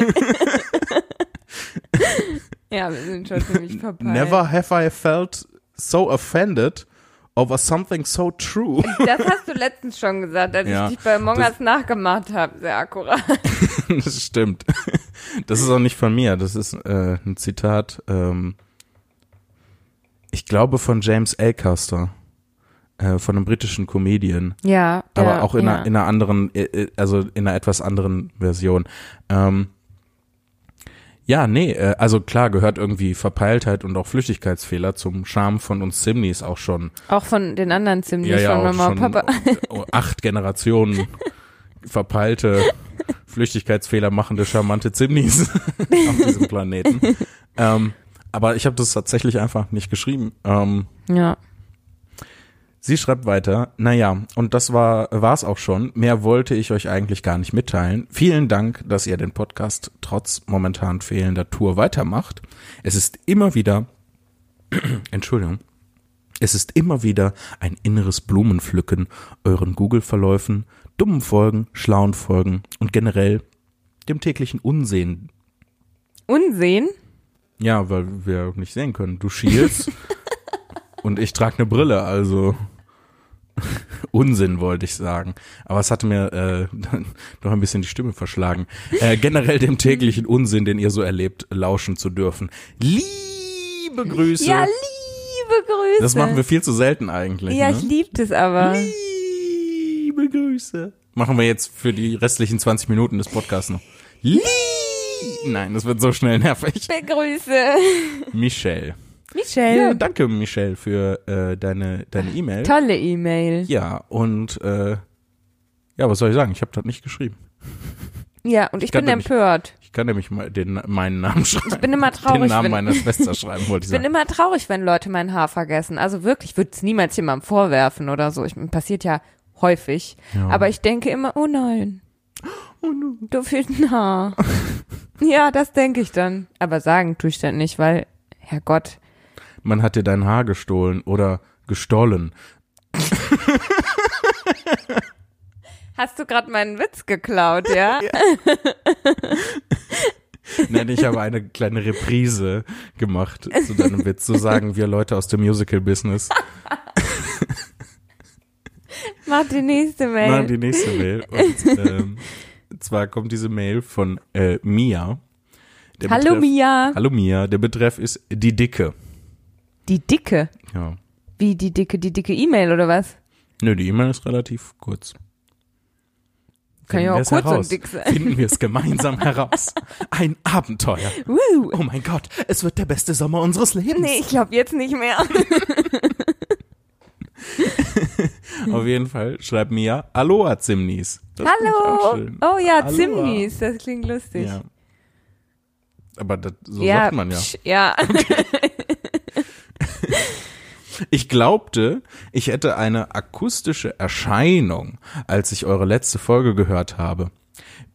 Speaker 2: Ja, wir sind schon ziemlich verpeilt.
Speaker 1: never have I felt so offended over something so true.
Speaker 2: Das hast du letztens schon gesagt, als
Speaker 1: Ja,
Speaker 2: ich dich bei
Speaker 1: das-
Speaker 2: Mongas nachgemacht habe. Sehr akkurat.
Speaker 1: Das stimmt. Das ist auch nicht von mir. Das ist äh, ein Zitat, ähm, ich glaube, von James Alcaster, äh, von einem britischen Comedian.
Speaker 2: Ja.
Speaker 1: Aber
Speaker 2: ja,
Speaker 1: auch in,
Speaker 2: ja.
Speaker 1: einer, in einer anderen, äh, äh, also in einer etwas anderen Version. Ähm, ja, nee, äh, also klar gehört irgendwie Verpeiltheit und auch Flüchtigkeitsfehler zum Charme von uns Simnis auch schon.
Speaker 2: Auch von den anderen ziemlich
Speaker 1: Ja, ja,
Speaker 2: von
Speaker 1: auch
Speaker 2: Mama
Speaker 1: schon
Speaker 2: und Papa.
Speaker 1: äh, acht Generationen verpeilte Flüchtigkeitsfehler machende charmante Zimnis auf diesem Planeten. Ähm, aber ich habe das tatsächlich einfach nicht geschrieben. Ähm,
Speaker 2: Ja.
Speaker 1: Sie schreibt weiter, naja, und das war war's auch schon. Mehr wollte ich euch eigentlich gar nicht mitteilen. Vielen Dank, dass ihr den Podcast trotz momentan fehlender Tour weitermacht. Es ist immer wieder, Entschuldigung, es ist immer wieder ein inneres Blumenpflücken euren Google-Verläufen, dummen Folgen, schlauen Folgen und generell dem täglichen Unsehen.
Speaker 2: Unsehen?
Speaker 1: Ja, weil wir nicht sehen können. Du schielst und ich trage eine Brille, also Unsinn wollte ich sagen. Aber es hatte mir äh, doch ein bisschen die Stimme verschlagen. Äh, generell dem täglichen Unsinn, den ihr so erlebt, lauschen zu dürfen. Liebe Grüße.
Speaker 2: Ja, liebe Grüße.
Speaker 1: das machen wir viel zu selten eigentlich.
Speaker 2: Ja,
Speaker 1: ne?
Speaker 2: ich lieb das aber.
Speaker 1: Liebe Grüße. Machen wir jetzt für die restlichen 20 Minuten des Podcasts noch. Lie Nein, das wird so schnell nervig.
Speaker 2: Liebe Grüße.
Speaker 1: Michelle. Ja,
Speaker 2: Michelle.
Speaker 1: danke, Michelle, für äh, deine deine E-Mail.
Speaker 2: Tolle E-Mail.
Speaker 1: ja, und äh, ja, was soll ich sagen? Ich habe das nicht geschrieben.
Speaker 2: Ja, und ich,
Speaker 1: kann
Speaker 2: bin
Speaker 1: doch nicht-
Speaker 2: empört.
Speaker 1: Ich kann nämlich mal den, meinen Namen schreiben.
Speaker 2: Ich bin immer traurig,
Speaker 1: Den Namen
Speaker 2: wenn-
Speaker 1: meiner Schwester schreiben, wollte ich
Speaker 2: Ich
Speaker 1: sagen.
Speaker 2: bin immer traurig, wenn Leute mein Haar vergessen. Also wirklich, ich würde es niemals jemandem vorwerfen oder so. Ich, passiert ja häufig. Aber ich denke immer, oh nein. Oh nein. Du fehlt ein Haar. ja, das denke ich dann. Aber sagen tue ich dann nicht, weil, Herrgott.
Speaker 1: Man hat dir dein Haar gestohlen oder gestohlen.
Speaker 2: Hast du gerade meinen Witz geklaut, ja?
Speaker 1: Nein, ich habe eine kleine Reprise gemacht zu deinem Witz. So sagen wir Leute aus dem Musical-Business.
Speaker 2: Mach die nächste Mail.
Speaker 1: Nein, die nächste Mail. Und ähm, zwar kommt diese Mail von äh, Mia. Der
Speaker 2: Hallo
Speaker 1: Betreff-
Speaker 2: Mia.
Speaker 1: Hallo Mia. Der Betreff ist die Dicke.
Speaker 2: Die dicke.
Speaker 1: Ja.
Speaker 2: Wie die dicke, die dicke E-Mail oder was?
Speaker 1: Nö, die E-Mail ist relativ kurz.
Speaker 2: Kann
Speaker 1: Finden
Speaker 2: ja
Speaker 1: wir
Speaker 2: auch
Speaker 1: es
Speaker 2: kurz
Speaker 1: heraus.
Speaker 2: und dick sein.
Speaker 1: Finden wir es gemeinsam heraus. Ein Abenteuer.
Speaker 2: Woo.
Speaker 1: Oh mein Gott, es wird der beste Sommer unseres Lebens.
Speaker 2: Nee, ich glaube jetzt nicht mehr.
Speaker 1: Auf jeden Fall schreibt Mia Aloha Zimnis. Das finde ich auch
Speaker 2: Hallo.
Speaker 1: schön.
Speaker 2: Oh ja,
Speaker 1: Aloha.
Speaker 2: Zimnis, das klingt lustig.
Speaker 1: Ja. Aber das, so
Speaker 2: Ja,
Speaker 1: sagt man ja.
Speaker 2: psch, ja.
Speaker 1: Ich glaubte, ich hätte eine akustische Erscheinung, als ich eure letzte Folge gehört habe.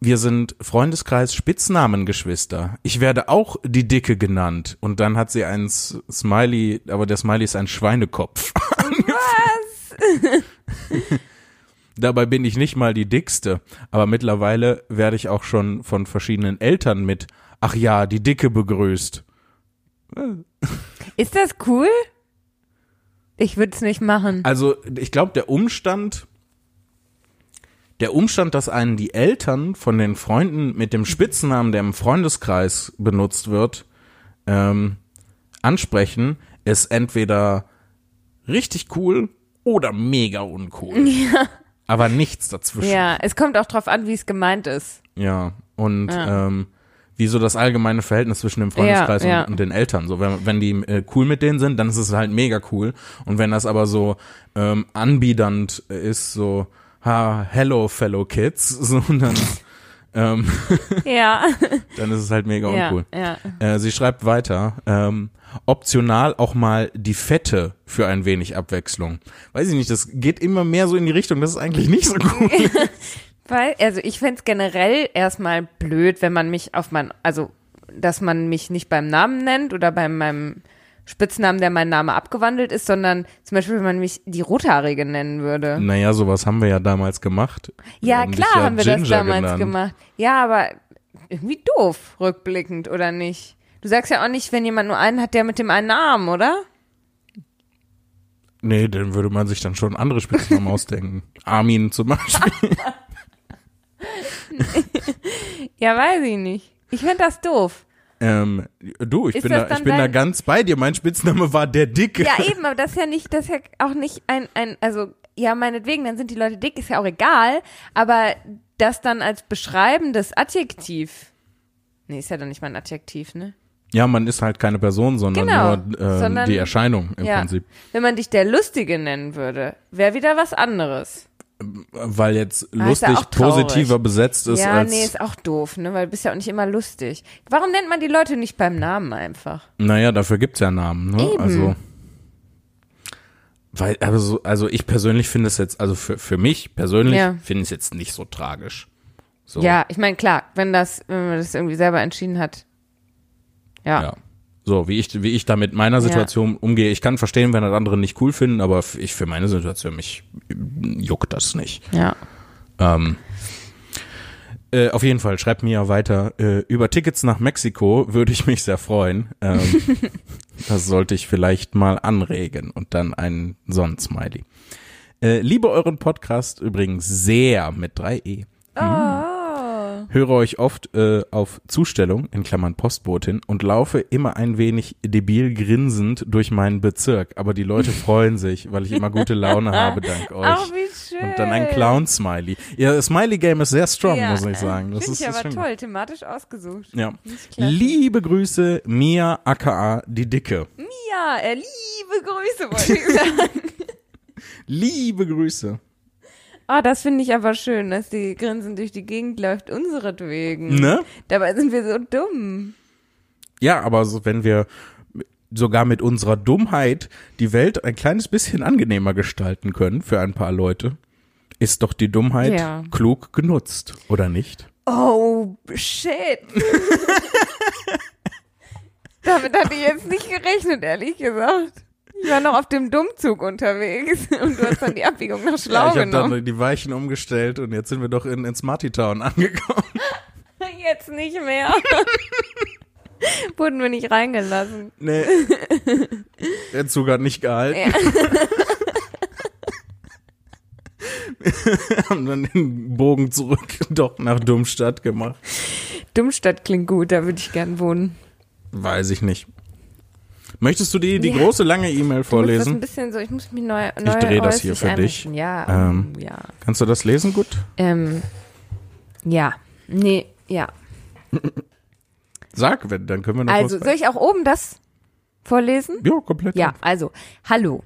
Speaker 1: Wir sind Freundeskreis Spitznamengeschwister. Ich werde auch die Dicke genannt. Und dann hat sie einen S- Smiley, aber der Smiley ist ein Schweinekopf. Dabei bin ich nicht mal die Dickste, aber mittlerweile werde ich auch schon von verschiedenen Eltern mit, ach ja, die Dicke begrüßt.
Speaker 2: Ist das cool? Ich würde es nicht machen.
Speaker 1: Also ich glaube, der Umstand, der Umstand, dass einen die Eltern von den Freunden mit dem Spitznamen, der im Freundeskreis benutzt wird, ähm, ansprechen, ist entweder richtig cool oder mega uncool. Aber nichts dazwischen.
Speaker 2: Ja, es kommt auch drauf an, wie es gemeint ist.
Speaker 1: Ja, und Ähm, wie so das allgemeine Verhältnis zwischen dem Freundeskreis
Speaker 2: Ja, ja.
Speaker 1: Und, und den Eltern. So, wenn, wenn die äh, cool mit denen sind, dann ist es halt mega cool. Und wenn das aber so ähm, anbiedernd ist, so, ha, hello, fellow kids, so, dann, ähm,
Speaker 2: Ja.
Speaker 1: dann ist es halt mega
Speaker 2: ja,
Speaker 1: uncool.
Speaker 2: ja.
Speaker 1: Äh, sie schreibt weiter, ähm, optional auch mal die Fette für ein wenig Abwechslung. Weiß ich nicht, das geht immer mehr so in die Richtung, das ist eigentlich nicht so cool.
Speaker 2: Weil, also ich fänd's generell erstmal blöd, wenn man mich auf mein, also dass man mich nicht beim Namen nennt oder bei meinem Spitznamen, der mein Name abgewandelt ist, sondern zum Beispiel, wenn man mich die Rothaarige nennen würde.
Speaker 1: Naja, sowas haben wir ja damals gemacht. Wir
Speaker 2: Ja,
Speaker 1: haben dich
Speaker 2: klar haben wir das
Speaker 1: Ginger
Speaker 2: damals
Speaker 1: genannt.
Speaker 2: gemacht. Ja, aber irgendwie doof, rückblickend, oder nicht? Du sagst ja auch nicht, wenn jemand nur einen hat, der mit dem einen Namen, oder?
Speaker 1: Nee, dann würde man sich dann schon andere Spitznamen ausdenken. Armin zum Beispiel.
Speaker 2: Ja, weiß ich nicht. Ich find das doof.
Speaker 1: ähm, du, ich
Speaker 2: Ist
Speaker 1: bin, da,
Speaker 2: das
Speaker 1: ich
Speaker 2: dann
Speaker 1: bin da
Speaker 2: dein-
Speaker 1: ganz bei dir. Mein Spitzname war der Dicke.
Speaker 2: Ja, eben, aber das ist ja nicht, das ist ja auch nicht ein, ein, also, ja, meinetwegen, dann sind die Leute dick, ist ja auch egal, aber das dann als beschreibendes Adjektiv. Nee, ist ja dann nicht mal ein Adjektiv, ne?
Speaker 1: Ja, man ist halt keine Person, sondern
Speaker 2: Genau,
Speaker 1: nur äh,
Speaker 2: sondern-
Speaker 1: die Erscheinung im
Speaker 2: ja.
Speaker 1: Prinzip.
Speaker 2: Wenn man dich der Lustige nennen würde, wäre wieder was anderes.
Speaker 1: Weil jetzt
Speaker 2: Ah, ist ja
Speaker 1: lustig
Speaker 2: auch traurig.
Speaker 1: positiver besetzt ist
Speaker 2: ja,
Speaker 1: als.
Speaker 2: nee, ist auch doof, ne? Weil du bist ja auch nicht immer lustig. Warum nennt man die Leute nicht beim Namen einfach?
Speaker 1: Naja, dafür gibt's ja Namen, ne?
Speaker 2: Eben.
Speaker 1: Also. Weil, also, also ich persönlich finde es jetzt, also für, für mich persönlich
Speaker 2: Ja.
Speaker 1: finde ich es jetzt nicht so tragisch. So,
Speaker 2: Ja, ich meine, klar, wenn das, wenn man das irgendwie selber entschieden hat. Ja.
Speaker 1: ja. So, wie ich, wie ich da mit meiner Situation umgehe. Ich kann verstehen, wenn das andere nicht cool finden, aber f- ich für meine Situation, mich juckt das nicht.
Speaker 2: ja.
Speaker 1: Ähm, äh, auf jeden Fall, schreibt mir ja weiter. Äh, über Tickets nach Mexiko würde ich mich sehr freuen. Ähm, das sollte ich vielleicht mal anregen und dann einen Sonn-Smiley. Äh, liebe euren Podcast übrigens sehr mit 3e.
Speaker 2: Oh.
Speaker 1: Höre euch oft äh, auf Zustellung, in Klammern Postbotin, und laufe immer ein wenig debil grinsend durch meinen Bezirk. Aber die Leute freuen sich, weil ich immer gute Laune habe, dank euch.
Speaker 2: Ach, wie schön.
Speaker 1: Und dann ein Clown-Smiley. Ja, das Smiley-Game ist sehr strong, muss ich sagen. Das
Speaker 2: Finde
Speaker 1: ist,
Speaker 2: ich
Speaker 1: ist
Speaker 2: aber
Speaker 1: schon gut.
Speaker 2: toll, thematisch ausgesucht.
Speaker 1: Ja.
Speaker 2: klasse.
Speaker 1: Liebe Grüße, Mia aka die Dicke.
Speaker 2: Ja, äh, liebe Grüße wollte ich sagen.
Speaker 1: Liebe Grüße.
Speaker 2: Ah, das finde ich aber schön, dass die Grinsen durch die Gegend läuft, unseretwegen.
Speaker 1: Ne?
Speaker 2: Dabei sind wir so dumm.
Speaker 1: Ja, aber so, wenn wir sogar mit unserer Dummheit die Welt ein kleines bisschen angenehmer gestalten können für ein paar Leute, ist doch die Dummheit
Speaker 2: Ja.
Speaker 1: klug genutzt, oder nicht?
Speaker 2: Oh, shit. Damit hatte ich jetzt nicht gerechnet, ehrlich gesagt. Ich war noch auf dem Dummzug unterwegs und du hast dann die Abbiegung nach Schlau
Speaker 1: ich habe
Speaker 2: genommen.
Speaker 1: dann die Weichen umgestellt und jetzt sind wir doch in, in Smarty Town angekommen.
Speaker 2: Jetzt nicht mehr. Wurden wir nicht reingelassen.
Speaker 1: Nee. Der Zug hat nicht gehalten.
Speaker 2: Ja.
Speaker 1: Wir haben dann den Bogen zurück doch nach Dummstadt gemacht.
Speaker 2: Dummstadt klingt gut, da würde ich gern wohnen.
Speaker 1: Weiß ich nicht. Möchtest du die, die
Speaker 2: Ja.
Speaker 1: große lange E-Mail
Speaker 2: Du musst Das ein
Speaker 1: vorlesen?
Speaker 2: bisschen so, ich muss mich neu, neu
Speaker 1: dreh das hier
Speaker 2: häuslich
Speaker 1: für dich.
Speaker 2: einrichten. Ja,
Speaker 1: Ähm.
Speaker 2: oh, ja.
Speaker 1: Kannst du das lesen gut?
Speaker 2: Ähm, ja. Nee, ja.
Speaker 1: Sag, wenn, dann können wir noch
Speaker 2: Also,
Speaker 1: was.
Speaker 2: soll ich auch oben das vorlesen?
Speaker 1: ja, komplett.
Speaker 2: Ja, also, hallo.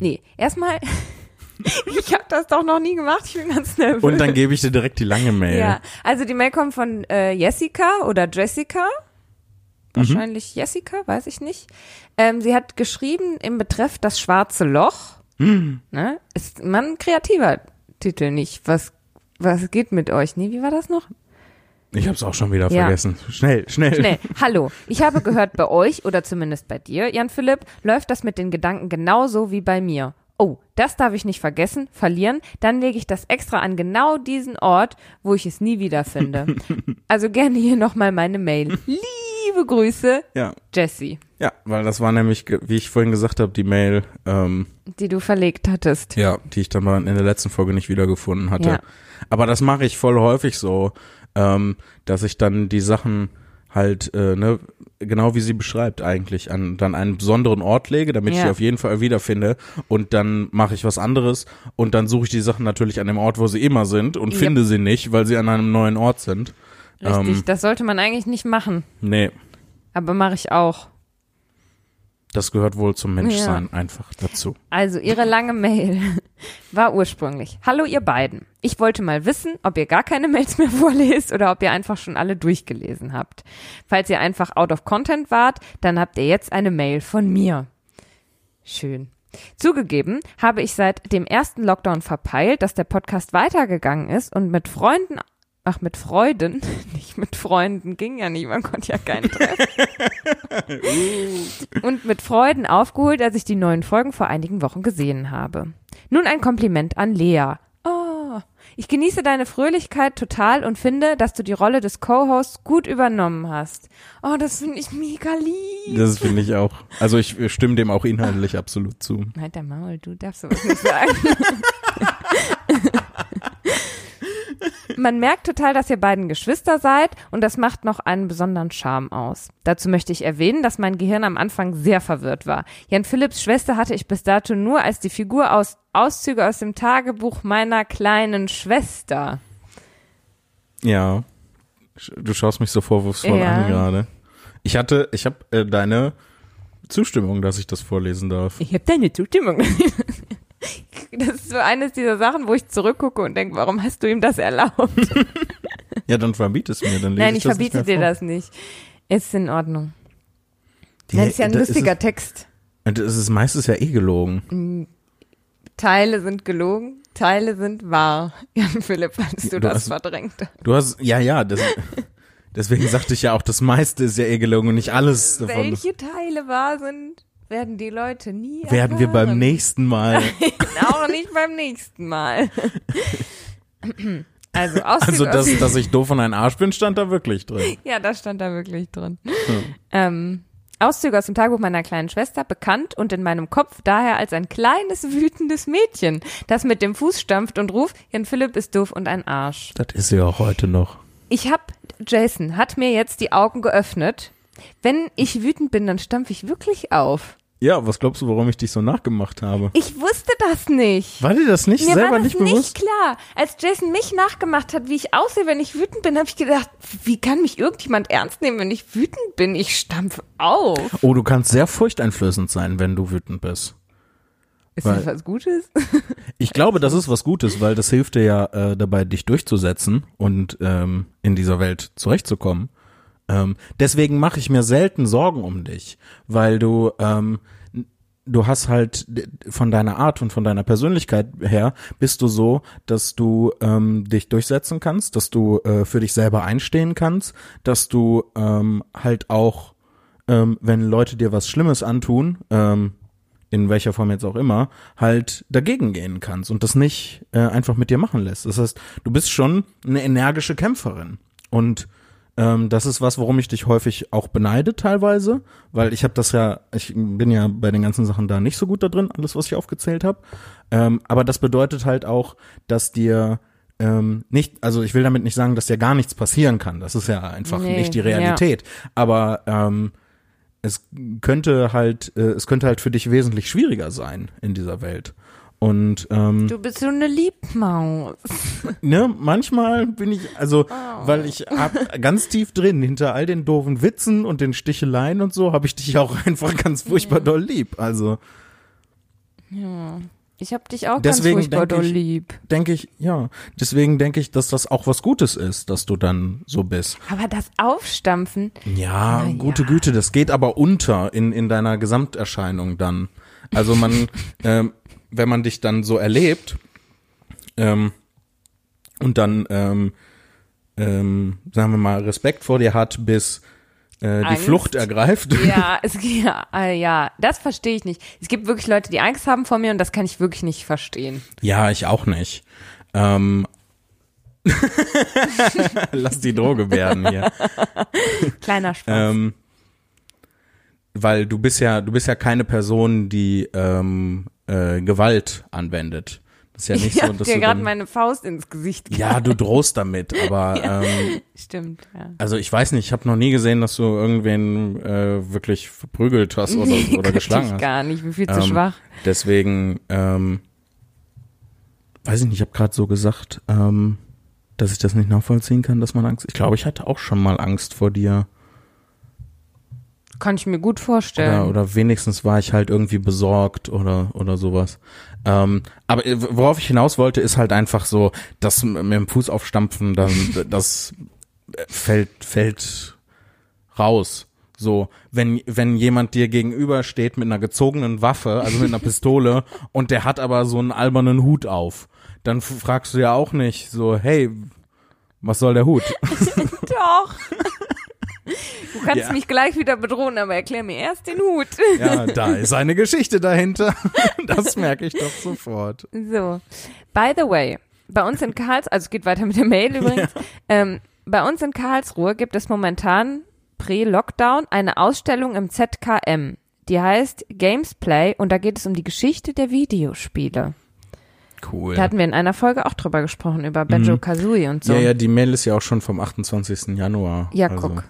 Speaker 2: Nee, erstmal, ich habe das doch noch nie gemacht, ich bin ganz nervös.
Speaker 1: Und dann gebe ich dir direkt die lange Mail.
Speaker 2: ja, also die Mail kommt von äh, Jessica oder Jessica. Wahrscheinlich Jessica, weiß ich nicht. Ähm, sie hat geschrieben im Betreff das schwarze Loch. Ne? Ist man ein kreativer Titel nicht? Was, was geht mit euch? Nee, wie war das noch?
Speaker 1: Ich habe es auch schon wieder
Speaker 2: Ja.
Speaker 1: vergessen. Schnell, schnell.
Speaker 2: Schnell. Hallo. Ich habe gehört, bei euch oder zumindest bei dir, Jan Philipp, läuft das mit den Gedanken genauso wie bei mir. Oh, das darf ich nicht vergessen, verlieren. Dann lege ich das extra an genau diesen Ort, wo ich es nie wiederfinde. Also gerne hier nochmal meine Mail. Liebe Grüße,
Speaker 1: Ja,
Speaker 2: Jessie,
Speaker 1: ja, weil das war nämlich, ge- wie ich vorhin gesagt habe, die Mail, ähm,
Speaker 2: die du verlegt hattest.
Speaker 1: ja, die ich dann mal in der letzten Folge nicht wiedergefunden hatte.
Speaker 2: Ja.
Speaker 1: Aber das mache ich voll häufig so, ähm, dass ich dann die Sachen halt, äh, ne, genau wie sie beschreibt eigentlich, an dann einen besonderen Ort lege, damit ich
Speaker 2: Ja.
Speaker 1: die auf jeden Fall wiederfinde. Und dann mache ich was anderes und dann suche ich die Sachen natürlich an dem Ort, wo sie immer sind und
Speaker 2: Yep.
Speaker 1: finde sie nicht, weil sie an einem neuen Ort sind.
Speaker 2: Richtig,
Speaker 1: Ähm,
Speaker 2: das sollte man eigentlich nicht machen.
Speaker 1: nee,
Speaker 2: Aber mache ich auch.
Speaker 1: das gehört wohl zum Menschsein einfach dazu.
Speaker 2: Also ihre lange Mail war ursprünglich. Hallo ihr beiden. Ich wollte mal wissen, ob ihr gar keine Mails mehr vorlest oder ob ihr einfach schon alle durchgelesen habt. Falls ihr einfach out of content wart, dann habt ihr jetzt eine Mail von mir. Schön. Zugegeben habe ich seit dem ersten Lockdown verpeilt, dass der Podcast weitergegangen ist und mit Freunden, ach mit Freuden, nicht mit Freunden, ging ja nicht, man konnte ja keinen treffen. und mit Freuden aufgeholt, als ich die neuen Folgen vor einigen Wochen gesehen habe. Nun ein Kompliment an Lea. Oh, ich genieße deine Fröhlichkeit total und finde, dass du die Rolle des Co-Hosts gut übernommen hast. Oh, das finde ich mega lieb.
Speaker 1: Das finde ich auch. Also ich stimme dem auch inhaltlich absolut zu.
Speaker 2: Halt dein Maul, du darfst sowas nicht sagen. Man merkt total, dass ihr beiden Geschwister seid und das macht noch einen besonderen Charme aus. Dazu möchte ich erwähnen, dass mein Gehirn am Anfang sehr verwirrt war. Jan Philipps Schwester hatte ich bis dato nur als die Figur aus Auszüge aus dem Tagebuch meiner kleinen Schwester.
Speaker 1: Ja. Sch- Du schaust mich so vorwurfsvoll
Speaker 2: Ja.
Speaker 1: an gerade. Ich hatte, ich habe äh, deine Zustimmung, dass ich das vorlesen darf.
Speaker 2: Ich habe deine Zustimmung. Das ist so eines dieser Sachen, wo ich zurückgucke und denke, warum hast du ihm das erlaubt?
Speaker 1: Ja, dann verbiet es mir. Dann lese
Speaker 2: Nein, ich
Speaker 1: das nicht
Speaker 2: verbiete
Speaker 1: mehr
Speaker 2: dir
Speaker 1: vor.
Speaker 2: das nicht. Ist in Ordnung.
Speaker 1: Die-
Speaker 2: das ist ja ein
Speaker 1: da- es
Speaker 2: lustiger Text.
Speaker 1: Und es ist meistens ja eh gelogen.
Speaker 2: Teile sind gelogen, Teile sind wahr. Jan Philipp, als du
Speaker 1: Du
Speaker 2: das
Speaker 1: hast-
Speaker 2: verdrängt.
Speaker 1: Du hast, ja, ja, das, deswegen sagte ich ja auch, das meiste ist ja eh gelogen und nicht alles davon.
Speaker 2: Welche Teile wahr sind, werden die Leute nie erfahren.
Speaker 1: Werden wir beim nächsten Mal,
Speaker 2: Auch nicht beim nächsten Mal. also, Auszüge
Speaker 1: also
Speaker 2: aus
Speaker 1: dass, dass ich doof und ein Arsch bin, stand da wirklich drin.
Speaker 2: Ja, das stand da wirklich drin. Ähm, Auszüge aus dem Tagebuch meiner kleinen Schwester, bekannt und in meinem Kopf daher als ein kleines, wütendes Mädchen, das mit dem Fuß stampft und ruft, Jan Philipp ist doof und ein Arsch.
Speaker 1: Das ist ja auch heute noch.
Speaker 2: Ich hab, Jason hat mir jetzt die Augen geöffnet. Wenn ich wütend bin, dann stampfe ich wirklich auf.
Speaker 1: Ja, was glaubst du, warum ich dich so nachgemacht habe?
Speaker 2: Ich wusste das nicht.
Speaker 1: War dir das nicht
Speaker 2: Mir
Speaker 1: selber
Speaker 2: war das
Speaker 1: nicht bewusst?
Speaker 2: klar. Als Jason mich nachgemacht hat, wie ich aussehe, wenn ich wütend bin, habe ich gedacht, wie kann mich irgendjemand ernst nehmen, wenn ich wütend bin? Ich stampfe auf.
Speaker 1: Oh, du kannst sehr furchteinflößend sein, wenn du wütend bist.
Speaker 2: Ist
Speaker 1: Weil- Hm.
Speaker 2: das was Gutes?
Speaker 1: Ich glaube, das ist was Gutes, weil das hilft dir ja äh, dabei, dich durchzusetzen und ähm, in dieser Welt zurechtzukommen. Ähm, deswegen mache ich mir selten Sorgen um dich, weil du ähm, n- du hast halt d- von deiner Art und von deiner Persönlichkeit her bist du so, dass du ähm, dich durchsetzen kannst, dass du äh, für dich selber einstehen kannst, dass du ähm, halt auch ähm, wenn Leute dir was Schlimmes antun, ähm, in welcher Form jetzt auch immer, halt dagegen gehen kannst und das nicht äh, einfach mit dir machen lässt. Das heißt, du bist schon eine energische Kämpferin. Und ähm, das ist was, worum ich dich häufig auch beneide teilweise, weil ich habe das ja, ich bin ja bei den ganzen Sachen da nicht so gut da drin, alles, was ich aufgezählt habe. Ähm, aber das bedeutet halt auch, dass dir ähm, nicht, also ich will damit nicht sagen, dass dir gar nichts passieren kann. Das ist ja einfach
Speaker 2: Nee,
Speaker 1: nicht die
Speaker 2: ja.
Speaker 1: Realität. Aber ähm, es könnte halt, äh, es könnte halt für dich wesentlich schwieriger sein in dieser Welt. Und ähm,
Speaker 2: Du bist so eine Liebmaus.
Speaker 1: ne, manchmal bin ich, also, weil ich hab ganz tief drin, hinter all den doofen Witzen und den Sticheleien und so, habe ich dich auch einfach ganz furchtbar doll lieb. Also
Speaker 2: Ich hab dich auch
Speaker 1: Deswegen
Speaker 2: ganz furchtbar
Speaker 1: denk
Speaker 2: doll
Speaker 1: ich-
Speaker 2: lieb.
Speaker 1: denke ich, ja, deswegen denke ich, dass das auch was Gutes ist, dass du dann so bist.
Speaker 2: Aber das Aufstampfen,
Speaker 1: Ja,
Speaker 2: Na
Speaker 1: gute
Speaker 2: ja.
Speaker 1: Güte, das geht aber unter in, in deiner Gesamterscheinung dann. Also man, ähm, wenn man dich dann so erlebt ähm, und dann, ähm, ähm, sagen wir mal, Respekt vor dir hat, bis äh, die
Speaker 2: Angst.
Speaker 1: Flucht ergreift.
Speaker 2: ja, es geht, ja, äh, ja, das verstehe ich nicht. Es gibt wirklich Leute, die Angst haben vor mir und das kann ich wirklich nicht verstehen.
Speaker 1: Ja, ich auch nicht. Ähm, Lass die Droge werden hier.
Speaker 2: Kleiner Spaß.
Speaker 1: Ähm, weil du bist ja, du bist ja keine Person, die ähm, äh, Gewalt anwendet. Das ist ja nicht
Speaker 2: ich
Speaker 1: so,
Speaker 2: hab
Speaker 1: dass
Speaker 2: dir
Speaker 1: du
Speaker 2: gerade
Speaker 1: dann,
Speaker 2: meine Faust ins Gesicht gehauen.
Speaker 1: ja, du drohst damit, aber ähm,
Speaker 2: Stimmt, ja.
Speaker 1: also ich weiß nicht, ich habe noch nie gesehen, dass du irgendwen äh, wirklich verprügelt hast oder, oder
Speaker 2: Könnte
Speaker 1: geschlagen
Speaker 2: ich
Speaker 1: hast.
Speaker 2: gar nicht, wie viel zu
Speaker 1: Ähm,
Speaker 2: schwach.
Speaker 1: Deswegen, ähm, weiß ich nicht, ich habe gerade so gesagt, ähm, dass ich das nicht nachvollziehen kann, dass man Angst. Ich glaube, ich hatte auch schon mal Angst vor dir.
Speaker 2: Kann ich mir gut
Speaker 1: Oder,
Speaker 2: vorstellen.
Speaker 1: oder wenigstens war ich halt irgendwie besorgt oder, oder sowas. Ähm, aber äh, worauf ich hinaus wollte, ist halt einfach so, dass m- mit dem Fuß aufstampfen, dann, das äh, fällt, fällt raus. So, wenn, wenn jemand dir gegenüber steht mit einer gezogenen Waffe, also mit einer Pistole, und der hat aber so einen albernen Hut auf, dann f- fragst du ja auch nicht so, hey, was soll der Hut?
Speaker 2: Doch. Du kannst
Speaker 1: Ja.
Speaker 2: mich gleich wieder bedrohen, aber erklär mir erst den Hut.
Speaker 1: Ja, da ist eine Geschichte dahinter. Das merke ich doch sofort.
Speaker 2: So. By the way, bei uns in Karlsruhe, also es geht weiter mit der Mail übrigens, ähm, bei uns in Karlsruhe gibt es momentan pre-Lockdown eine Ausstellung im ZKM. Die heißt Gamesplay und da geht es um die Geschichte der Videospiele.
Speaker 1: Cool.
Speaker 2: Da hatten wir in einer Folge auch drüber gesprochen, über Banjo Kazooie und so.
Speaker 1: Mhm. Ja, ja, die Mail ist ja auch schon vom 28. Januar.
Speaker 2: Ja,
Speaker 1: Also,
Speaker 2: guck.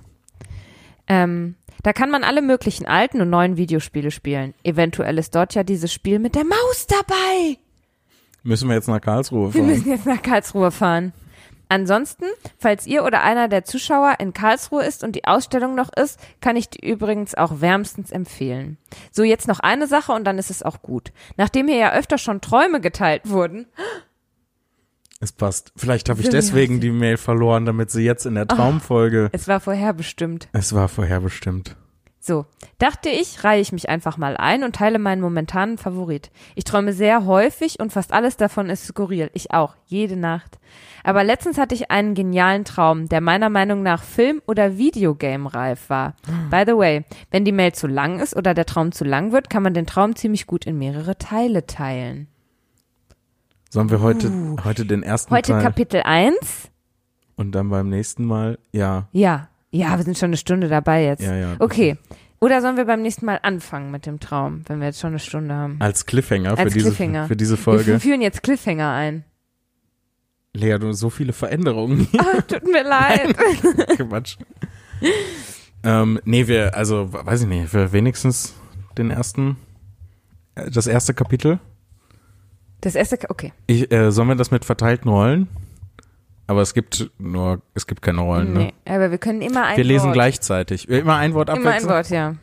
Speaker 2: Ähm, da kann man alle möglichen alten und neuen Videospiele spielen. Eventuell ist dort ja dieses Spiel mit der Maus dabei.
Speaker 1: Müssen wir jetzt nach Karlsruhe
Speaker 2: Wir
Speaker 1: fahren?
Speaker 2: müssen jetzt nach Karlsruhe fahren. Ansonsten, falls ihr oder einer der Zuschauer in Karlsruhe ist und die Ausstellung noch ist, kann ich die übrigens auch wärmstens empfehlen. So, jetzt noch eine Sache und dann ist es auch gut. Nachdem hier ja öfter schon Träume geteilt wurden,
Speaker 1: Es passt. Vielleicht habe ich
Speaker 2: Sind wir- Ah.
Speaker 1: deswegen die Mail verloren, damit sie jetzt in der Traumfolge.
Speaker 2: es war vorherbestimmt.
Speaker 1: Es war vorherbestimmt.
Speaker 2: So, dachte ich, reihe ich mich einfach mal ein und teile meinen momentanen Favorit. Ich träume sehr häufig und fast alles davon ist skurril. Ich auch, jede Nacht. Aber letztens hatte ich einen genialen Traum, der meiner Meinung nach Film- oder Videogame-reif war. By the way, wenn die Mail zu lang ist oder der Traum zu lang wird, kann man den Traum ziemlich gut in mehrere Teile teilen.
Speaker 1: Sollen wir heute, heute den ersten
Speaker 2: Heute
Speaker 1: Teil
Speaker 2: Kapitel 1.
Speaker 1: und dann beim nächsten Mal? Ja.
Speaker 2: Ja, ja, wir sind schon eine Stunde dabei jetzt.
Speaker 1: Ja, ja, das
Speaker 2: okay. Oder sollen wir beim nächsten Mal anfangen mit dem Traum, wenn wir jetzt schon eine Stunde haben?
Speaker 1: Als Cliffhanger,
Speaker 2: Als
Speaker 1: für,
Speaker 2: Cliffhanger.
Speaker 1: Diese, für diese
Speaker 2: Wir
Speaker 1: Folge.
Speaker 2: führen jetzt Cliffhanger ein.
Speaker 1: Lea, du so viele Veränderungen.
Speaker 2: Tut mir leid.
Speaker 1: Quatsch. ähm, nee, wir, also, weiß ich nicht, wir wenigstens den ersten, äh, das erste Kapitel.
Speaker 2: Das erste, Ka- okay.
Speaker 1: Ich, äh, sollen wir das mit verteilten Rollen? Aber es gibt nur, es gibt keine Rollen, ne?
Speaker 2: Nee, aber wir können immer ein
Speaker 1: Wir lesen
Speaker 2: Wort.
Speaker 1: gleichzeitig. Äh, Immer ein Wort
Speaker 2: Immer ein
Speaker 1: abwechseln.
Speaker 2: Wort, ja.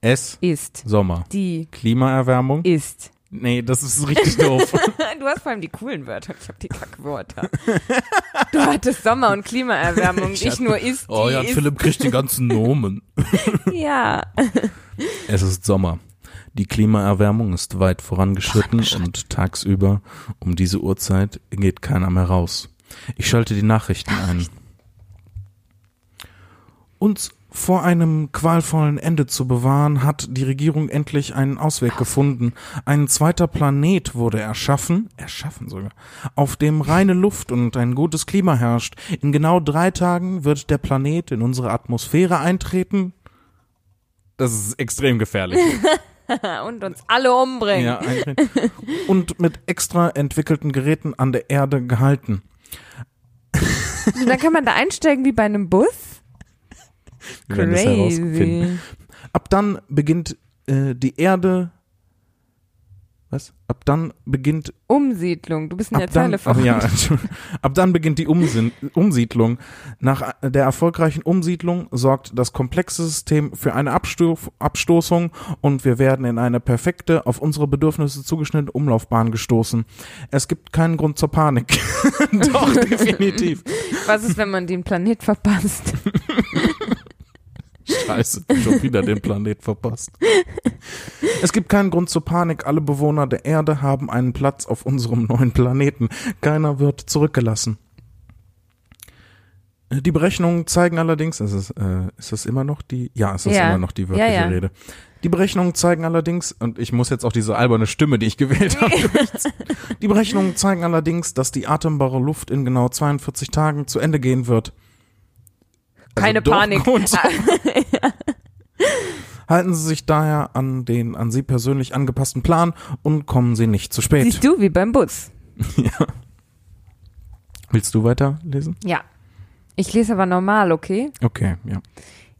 Speaker 1: S,
Speaker 2: Ist.
Speaker 1: Sommer.
Speaker 2: Die.
Speaker 1: Klimaerwärmung.
Speaker 2: Ist.
Speaker 1: Nee, das ist richtig doof.
Speaker 2: Du hast vor allem die coolen Wörter. Ich habe die Kackwörter. Du hattest Sommer und Klimaerwärmung. Ich,
Speaker 1: Ich hatte-
Speaker 2: nur ist. Die,
Speaker 1: Oh ja,
Speaker 2: ist.
Speaker 1: Philipp kriegt die ganzen Nomen.
Speaker 2: Ja.
Speaker 1: Es ist Sommer. Die Klimaerwärmung ist weit vorangeschritten und tagsüber um diese Uhrzeit geht keiner mehr raus. Ich schalte die Nachrichten ein. Uns vor einem qualvollen Ende zu bewahren, hat die Regierung endlich einen Ausweg gefunden. Ein zweiter Planet wurde erschaffen, erschaffen sogar, auf dem reine Luft und ein gutes Klima herrscht. In genau drei Tagen wird der Planet in unsere Atmosphäre eintreten. Das ist extrem gefährlich.
Speaker 2: Und uns alle umbringen.
Speaker 1: Ja, eigentlich. Und mit extra entwickelten Geräten an der Erde gehalten.
Speaker 2: Und dann kann man da einsteigen wie bei einem Bus.
Speaker 1: Wir werden das herausfinden.
Speaker 2: Crazy.
Speaker 1: Ab dann beginnt äh, die Erde. Was? Ab dann beginnt.
Speaker 2: Umsiedlung. Du bist in der
Speaker 1: Ab dann,
Speaker 2: Zeile von.
Speaker 1: ach ja, Entschuldigung. ab dann beginnt die Umsin Umsiedlung. Nach äh, der erfolgreichen Umsiedlung sorgt das komplexe System für eine Abstu Abstoßung und wir werden in eine perfekte, auf unsere Bedürfnisse zugeschnittene Umlaufbahn gestoßen. Es gibt keinen Grund zur Panik. Doch, definitiv.
Speaker 2: Was ist, wenn man den Planet verpasst?
Speaker 1: Also Scheiße, schon wieder den Planet verpasst. Es gibt keinen Grund zur Panik. Alle Bewohner der Erde haben einen Platz auf unserem neuen Planeten. Keiner wird zurückgelassen. Äh, Die Berechnungen zeigen allerdings, ist es, äh, ist es immer noch die, ja, es ist
Speaker 2: Ja.
Speaker 1: immer noch die wirkliche
Speaker 2: Ja, ja.
Speaker 1: Rede. Die Berechnungen zeigen allerdings, und ich muss jetzt auch diese alberne Stimme, die ich gewählt habe, durchziehen. die Berechnungen zeigen allerdings, dass die atembare Luft in genau 42 Tagen zu Ende gehen wird. Also
Speaker 2: Keine
Speaker 1: doch
Speaker 2: Panik. Ah,
Speaker 1: Grund. Halten Sie sich daher an den an Sie persönlich angepassten Plan und kommen Sie nicht zu spät.
Speaker 2: Siehst du, wie beim Bus.
Speaker 1: Willst du weiterlesen?
Speaker 2: Ja. Ich lese aber normal, okay?
Speaker 1: Okay, ja.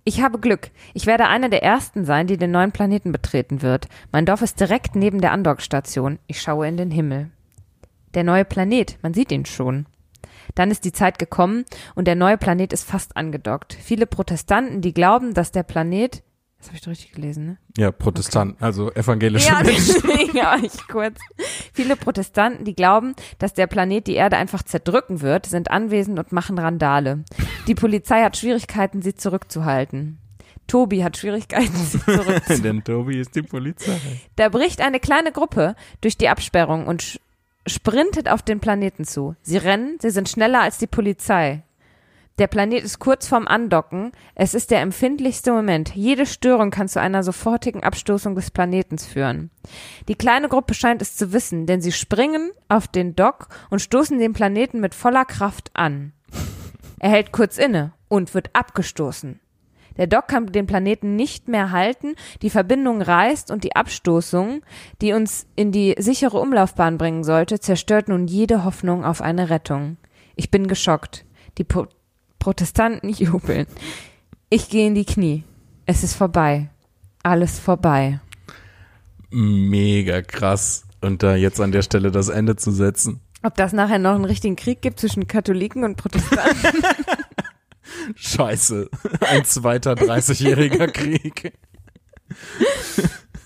Speaker 2: Ich habe Glück. Ich werde eine der ersten sein, die den neuen Planeten betreten wird. Mein Dorf ist direkt neben der Andockstation. Ich schaue in den Himmel. Der neue Planet, man sieht ihn schon. Dann ist die Zeit gekommen und der neue Planet ist fast angedockt. Viele Protestanten, die glauben, dass der Planet, das habe ich doch richtig gelesen, ne?
Speaker 1: Ja, Protestant, also evangelische
Speaker 2: Ja,
Speaker 1: Menschen.
Speaker 2: deswegen war ich kurz. Viele Protestanten, die glauben, dass der Planet die Erde einfach zerdrücken wird, sind anwesend und machen Randale. Die Polizei hat Schwierigkeiten, sie zurückzuhalten. Tobi hat Schwierigkeiten, sie zurückzuhalten.
Speaker 1: Denn Tobi ist die Polizei.
Speaker 2: Da bricht eine kleine Gruppe durch die Absperrung und sch- sprintet auf den Planeten zu. Sie rennen, sie sind schneller als die Polizei. Der Planet ist kurz vorm Andocken. Es ist der empfindlichste Moment. Jede Störung kann zu einer sofortigen Abstoßung des Planetens führen. Die kleine Gruppe scheint es zu wissen, denn sie springen auf den Dock und stoßen den Planeten mit voller Kraft an. Er hält kurz inne und wird abgestoßen. Der Dock kann den Planeten nicht mehr halten, die Verbindung reißt und die Abstoßung, die uns in die sichere Umlaufbahn bringen sollte, zerstört nun jede Hoffnung auf eine Rettung. Ich bin geschockt. Die po Protestanten jubeln. Ich gehe in die Knie. Es ist vorbei. Alles vorbei.
Speaker 1: Mega krass. Und da jetzt an der Stelle das Ende zu setzen.
Speaker 2: Ob das nachher noch einen richtigen Krieg gibt zwischen Katholiken und Protestanten?
Speaker 1: Scheiße. Ein zweiter 30-jähriger Krieg.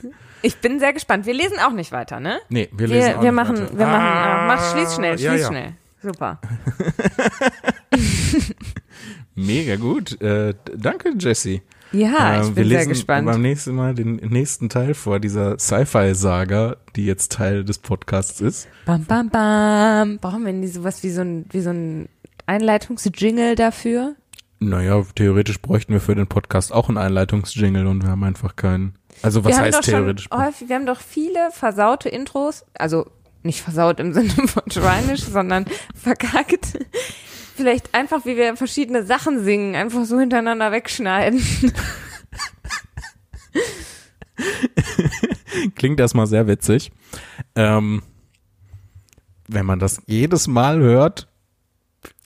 Speaker 2: Ich bin sehr gespannt. Wir lesen auch nicht weiter, ne?
Speaker 1: Nee, wir lesen
Speaker 2: Wir,
Speaker 1: auch
Speaker 2: wir
Speaker 1: nicht
Speaker 2: machen,
Speaker 1: weiter. Ah,
Speaker 2: wir machen, äh, mach, schließ schnell, schließ
Speaker 1: ja, ja.
Speaker 2: schnell. Super.
Speaker 1: Mega gut. Äh, d- danke, Jesse.
Speaker 2: Ja, Ah, ich
Speaker 1: Ähm,
Speaker 2: bin
Speaker 1: wir
Speaker 2: sehr
Speaker 1: lesen
Speaker 2: gespannt.
Speaker 1: beim nächsten Mal den nächsten Teil vor, dieser Sci-Fi-Saga, die jetzt Teil des Podcasts ist.
Speaker 2: Bam, bam, bam. Brauchen wir nicht sowas wie so ein, wie so ein Einleitungsjingle dafür?
Speaker 1: Naja, theoretisch bräuchten wir für den Podcast auch einen Einleitungsjingle und wir haben einfach keinen. Also was
Speaker 2: wir haben
Speaker 1: heißt
Speaker 2: doch
Speaker 1: theoretisch?
Speaker 2: Schon Oh. häufig, wir haben doch viele versaute Intros, also nicht versaut im Sinne von schweinisch, sondern verkackt. Vielleicht einfach, wie wir verschiedene Sachen singen, einfach so hintereinander wegschneiden.
Speaker 1: Klingt erstmal sehr witzig. Ähm, wenn man das jedes Mal hört.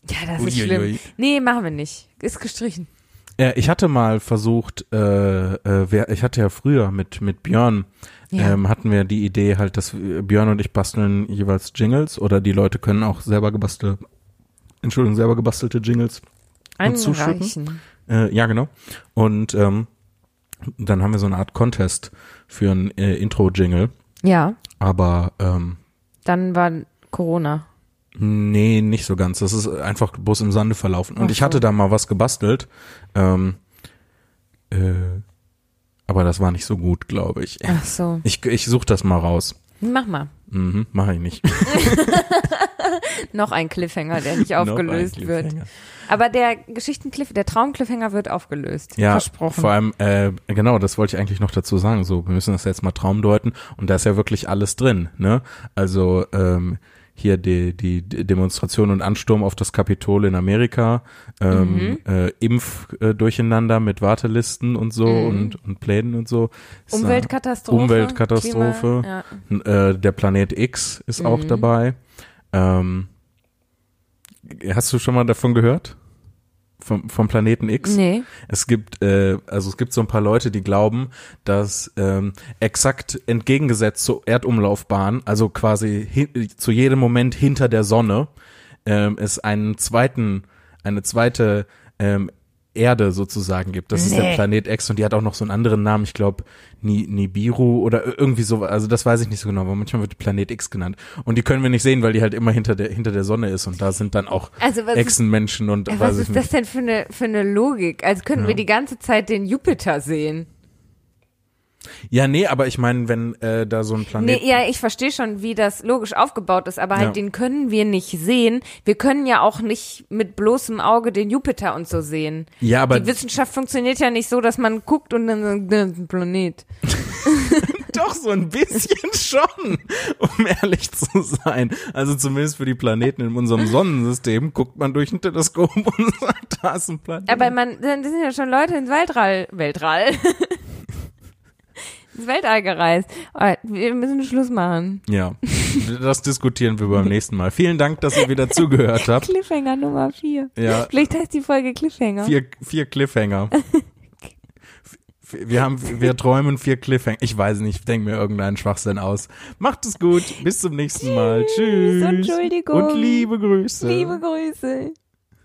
Speaker 2: Ja, das ist
Speaker 1: Uiuiui.
Speaker 2: schlimm. Nee, machen wir nicht. Ist gestrichen.
Speaker 1: Äh, ich hatte mal versucht, äh, äh, wer, ich hatte ja früher mit, mit Björn,
Speaker 2: Ja.
Speaker 1: ähm, hatten wir die Idee halt, dass wir- Björn und ich basteln jeweils Jingles oder die Leute können auch selber gebastelte, Entschuldigung, selber gebastelte Jingles und zuschütten?
Speaker 2: Einreichen.
Speaker 1: Äh, ja, genau. Und ähm, dann haben wir so eine Art Contest für ein äh, Intro-Jingle.
Speaker 2: Ja,
Speaker 1: Aber ähm,
Speaker 2: dann war Corona.
Speaker 1: nee, nicht so ganz. Das ist einfach bloß im Sande verlaufen. Und
Speaker 2: Ach
Speaker 1: ich
Speaker 2: so.
Speaker 1: hatte da mal was gebastelt. Ähm, äh, aber das war nicht so gut, glaube ich.
Speaker 2: Ach so.
Speaker 1: Ich, ich suche das mal raus.
Speaker 2: Mach mal.
Speaker 1: Mhm, Mache ich nicht.
Speaker 2: Noch ein Cliffhanger, der nicht
Speaker 1: Noch
Speaker 2: aufgelöst
Speaker 1: ein
Speaker 2: wird.
Speaker 1: Cliffhanger.
Speaker 2: Aber der Geschichtencliff, der Traumcliffhanger wird aufgelöst.
Speaker 1: Ja,
Speaker 2: Versprochen.
Speaker 1: vor allem, äh, genau, das wollte ich eigentlich noch dazu sagen. So, wir müssen das jetzt mal Traum deuten und da ist ja wirklich alles drin, ne? Also, ähm, hier die, die Demonstration und Ansturm auf das Kapitol in Amerika, ähm, äh, Impf äh, durcheinander mit Wartelisten und so und, und Plänen und so. Ist da-
Speaker 2: Umweltkatastrophe.
Speaker 1: Umweltkatastrophe.
Speaker 2: Klima, ja.
Speaker 1: N- äh, der Planet X ist auch dabei. Ähm, hast du schon mal davon gehört? Vom, vom Planeten X?
Speaker 2: Nee.
Speaker 1: Es gibt, äh, also es gibt so ein paar Leute, die glauben, dass ähm, exakt entgegengesetzt zur Erdumlaufbahn, also quasi hin, zu jedem Moment hinter der Sonne, ähm, es einen zweiten, eine zweite ähm, Erde sozusagen gibt. Das ist der Planet X und die hat auch noch so einen anderen Namen, ich glaube Ni Nibiru oder i- irgendwie so, also das weiß ich nicht so genau, aber manchmal wird Planet X genannt. Und die können wir nicht sehen, weil die halt immer hinter der, hinter der Sonne ist und da sind dann auch
Speaker 2: Also was ist,
Speaker 1: Echsenmenschen und
Speaker 2: ja,
Speaker 1: weiß
Speaker 2: was
Speaker 1: ich
Speaker 2: ist
Speaker 1: nicht.
Speaker 2: das denn für eine, für eine Logik? Als könnten wir die ganze Zeit den Jupiter sehen.
Speaker 1: Ja, nee, aber ich meine, wenn äh, da so ein Planet.
Speaker 2: Nee, ja, ich verstehe schon, wie das logisch aufgebaut ist, aber halt
Speaker 1: Ja.
Speaker 2: den können wir nicht sehen. Wir können ja auch nicht mit bloßem Auge den Jupiter und so sehen.
Speaker 1: ja, aber
Speaker 2: die Wissenschaft funktioniert ja nicht so, dass man guckt und dann so, "Ne, ein Planet.
Speaker 1: doch so ein bisschen schon, um ehrlich zu sein. Also zumindest für die Planeten in unserem Sonnensystem guckt man durch ein Teleskop und sagt, da ist ein Planet.
Speaker 2: Aber man, dann sind ja schon Leute ins Weltall, Weltall, ins Weltall gereist. Oh, Wir müssen Schluss machen.
Speaker 1: ja, das diskutieren wir beim nächsten Mal. Vielen Dank, dass ihr wieder zugehört habt.
Speaker 2: Cliffhanger Nummer 4.
Speaker 1: Ja.
Speaker 2: Vielleicht heißt die Folge Cliffhanger.
Speaker 1: Vier, vier Cliffhanger. Wir haben, wir träumen vier Cliffhanger. Ich weiß nicht, ich denke mir irgendeinen Schwachsinn aus. Macht es gut. Bis zum nächsten Mal. Tschüss.
Speaker 2: Entschuldigung.
Speaker 1: Und liebe Grüße.
Speaker 2: Liebe Grüße.